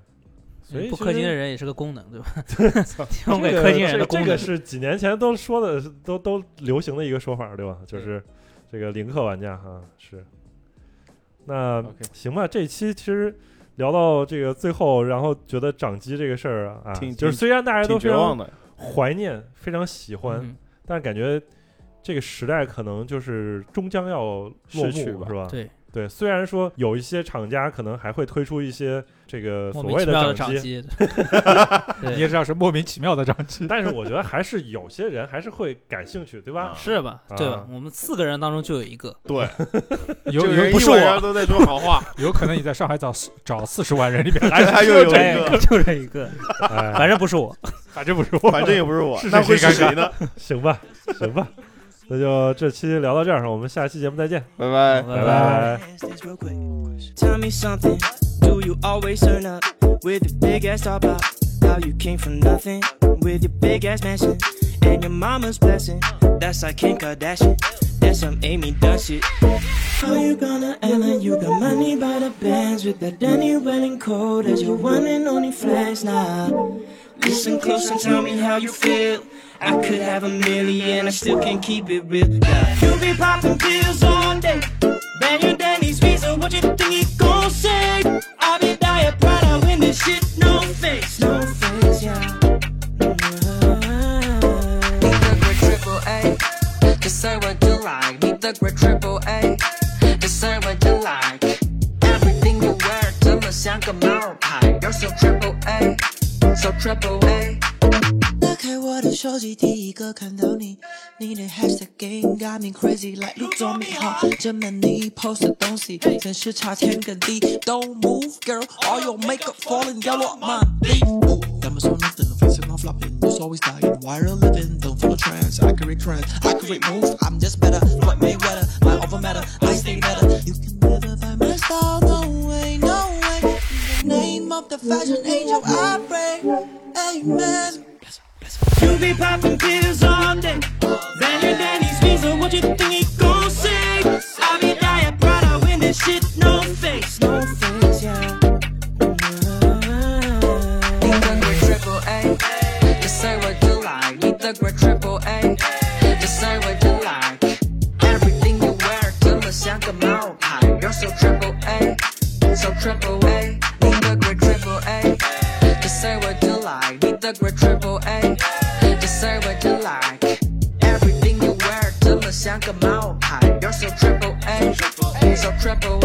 所以不其氪金实的人也是个功能，对吧？ 提 这供个给氪金人的这功这个能。是几年前都说的，都都流行的一个说法，对吧？就是这个零氪玩家哈、是。那 OK 行吧，这期其实聊到这个最后，然后觉得掌机这个事儿啊，啊挺挺就是虽然大家都挺非绝望常的。怀念、非常喜欢，嗯但是感觉这个时代可能就是终将要落逝去幕，吧是吧？对对，虽然说有一些厂家可能还会推出一些这个所莫名谓其妙的掌掌机，机， 你也知道是莫名其妙的涨机，但是我觉得还是有些人还是会感兴趣，对吧？啊是吧？对吧啊？我们四个人当中就有一个，对，有这有个啊人不一是晚上我，都在说好话，有可能你在上海找四找四十万人里面，还 还又有一哎 个，就这一个， 哎反正不是我。反正不是我。啊反正也不是我是，那会谁是谁呢？行吧，行吧，那就这期聊到这儿，我们下期节目再见，拜拜拜拜。 real quick. Tell me something. Do you always turn up with your big ass top up? How you came from nothing with your big ass mansion and your mama's blessing? That's like Kim Kardashian. That's some Amy Dunn shit. How you gonna end it? You got money by the bands with that Danny Welling coat as your one and only flex now. Listen close and tell me how you feel. I could have a million, I still can't keep it real. Yeah. You be popping pills all day. Better than these reasons, what you think it gon' say? I be diet Prada when this shit no face. No face, yeah. Need the great triple A to say what you like. Need the great triple A to say what you like. Everything you wear 真的像个冒牌。You're so triple A, so triple A. 打开我的手机，第一个看到你，你的 hashtag game got me crazy like you told me 好，这么你 post 的东西真是差天跟地。Don't move, girl, all your makeup falling down on my leave. Ooh, That was on nothing, flexing on flopping, news always dying. Wire a living, don't follow trends. I create trends, I create moves. I'm just better, like Mayweather, my over matter, I stay better. You can never buy my style, no way, no way. In the name of the fashion angel, I pray, amen. You be popping pills all day. Better than these reasons, what you think it gon' say? I be dying Prada when this shit no face, no face, yeah. Mm-hmm. Need the great triple A to say what you like. Need the great triple A to say what you like. Everything you wear 真的像个冒牌。You're so triple A, so triple A. Need the great triple A to say what you like. Need the great triple A to say what you like. Everything you wear 真的像个冒牌。You're so triple A, so triple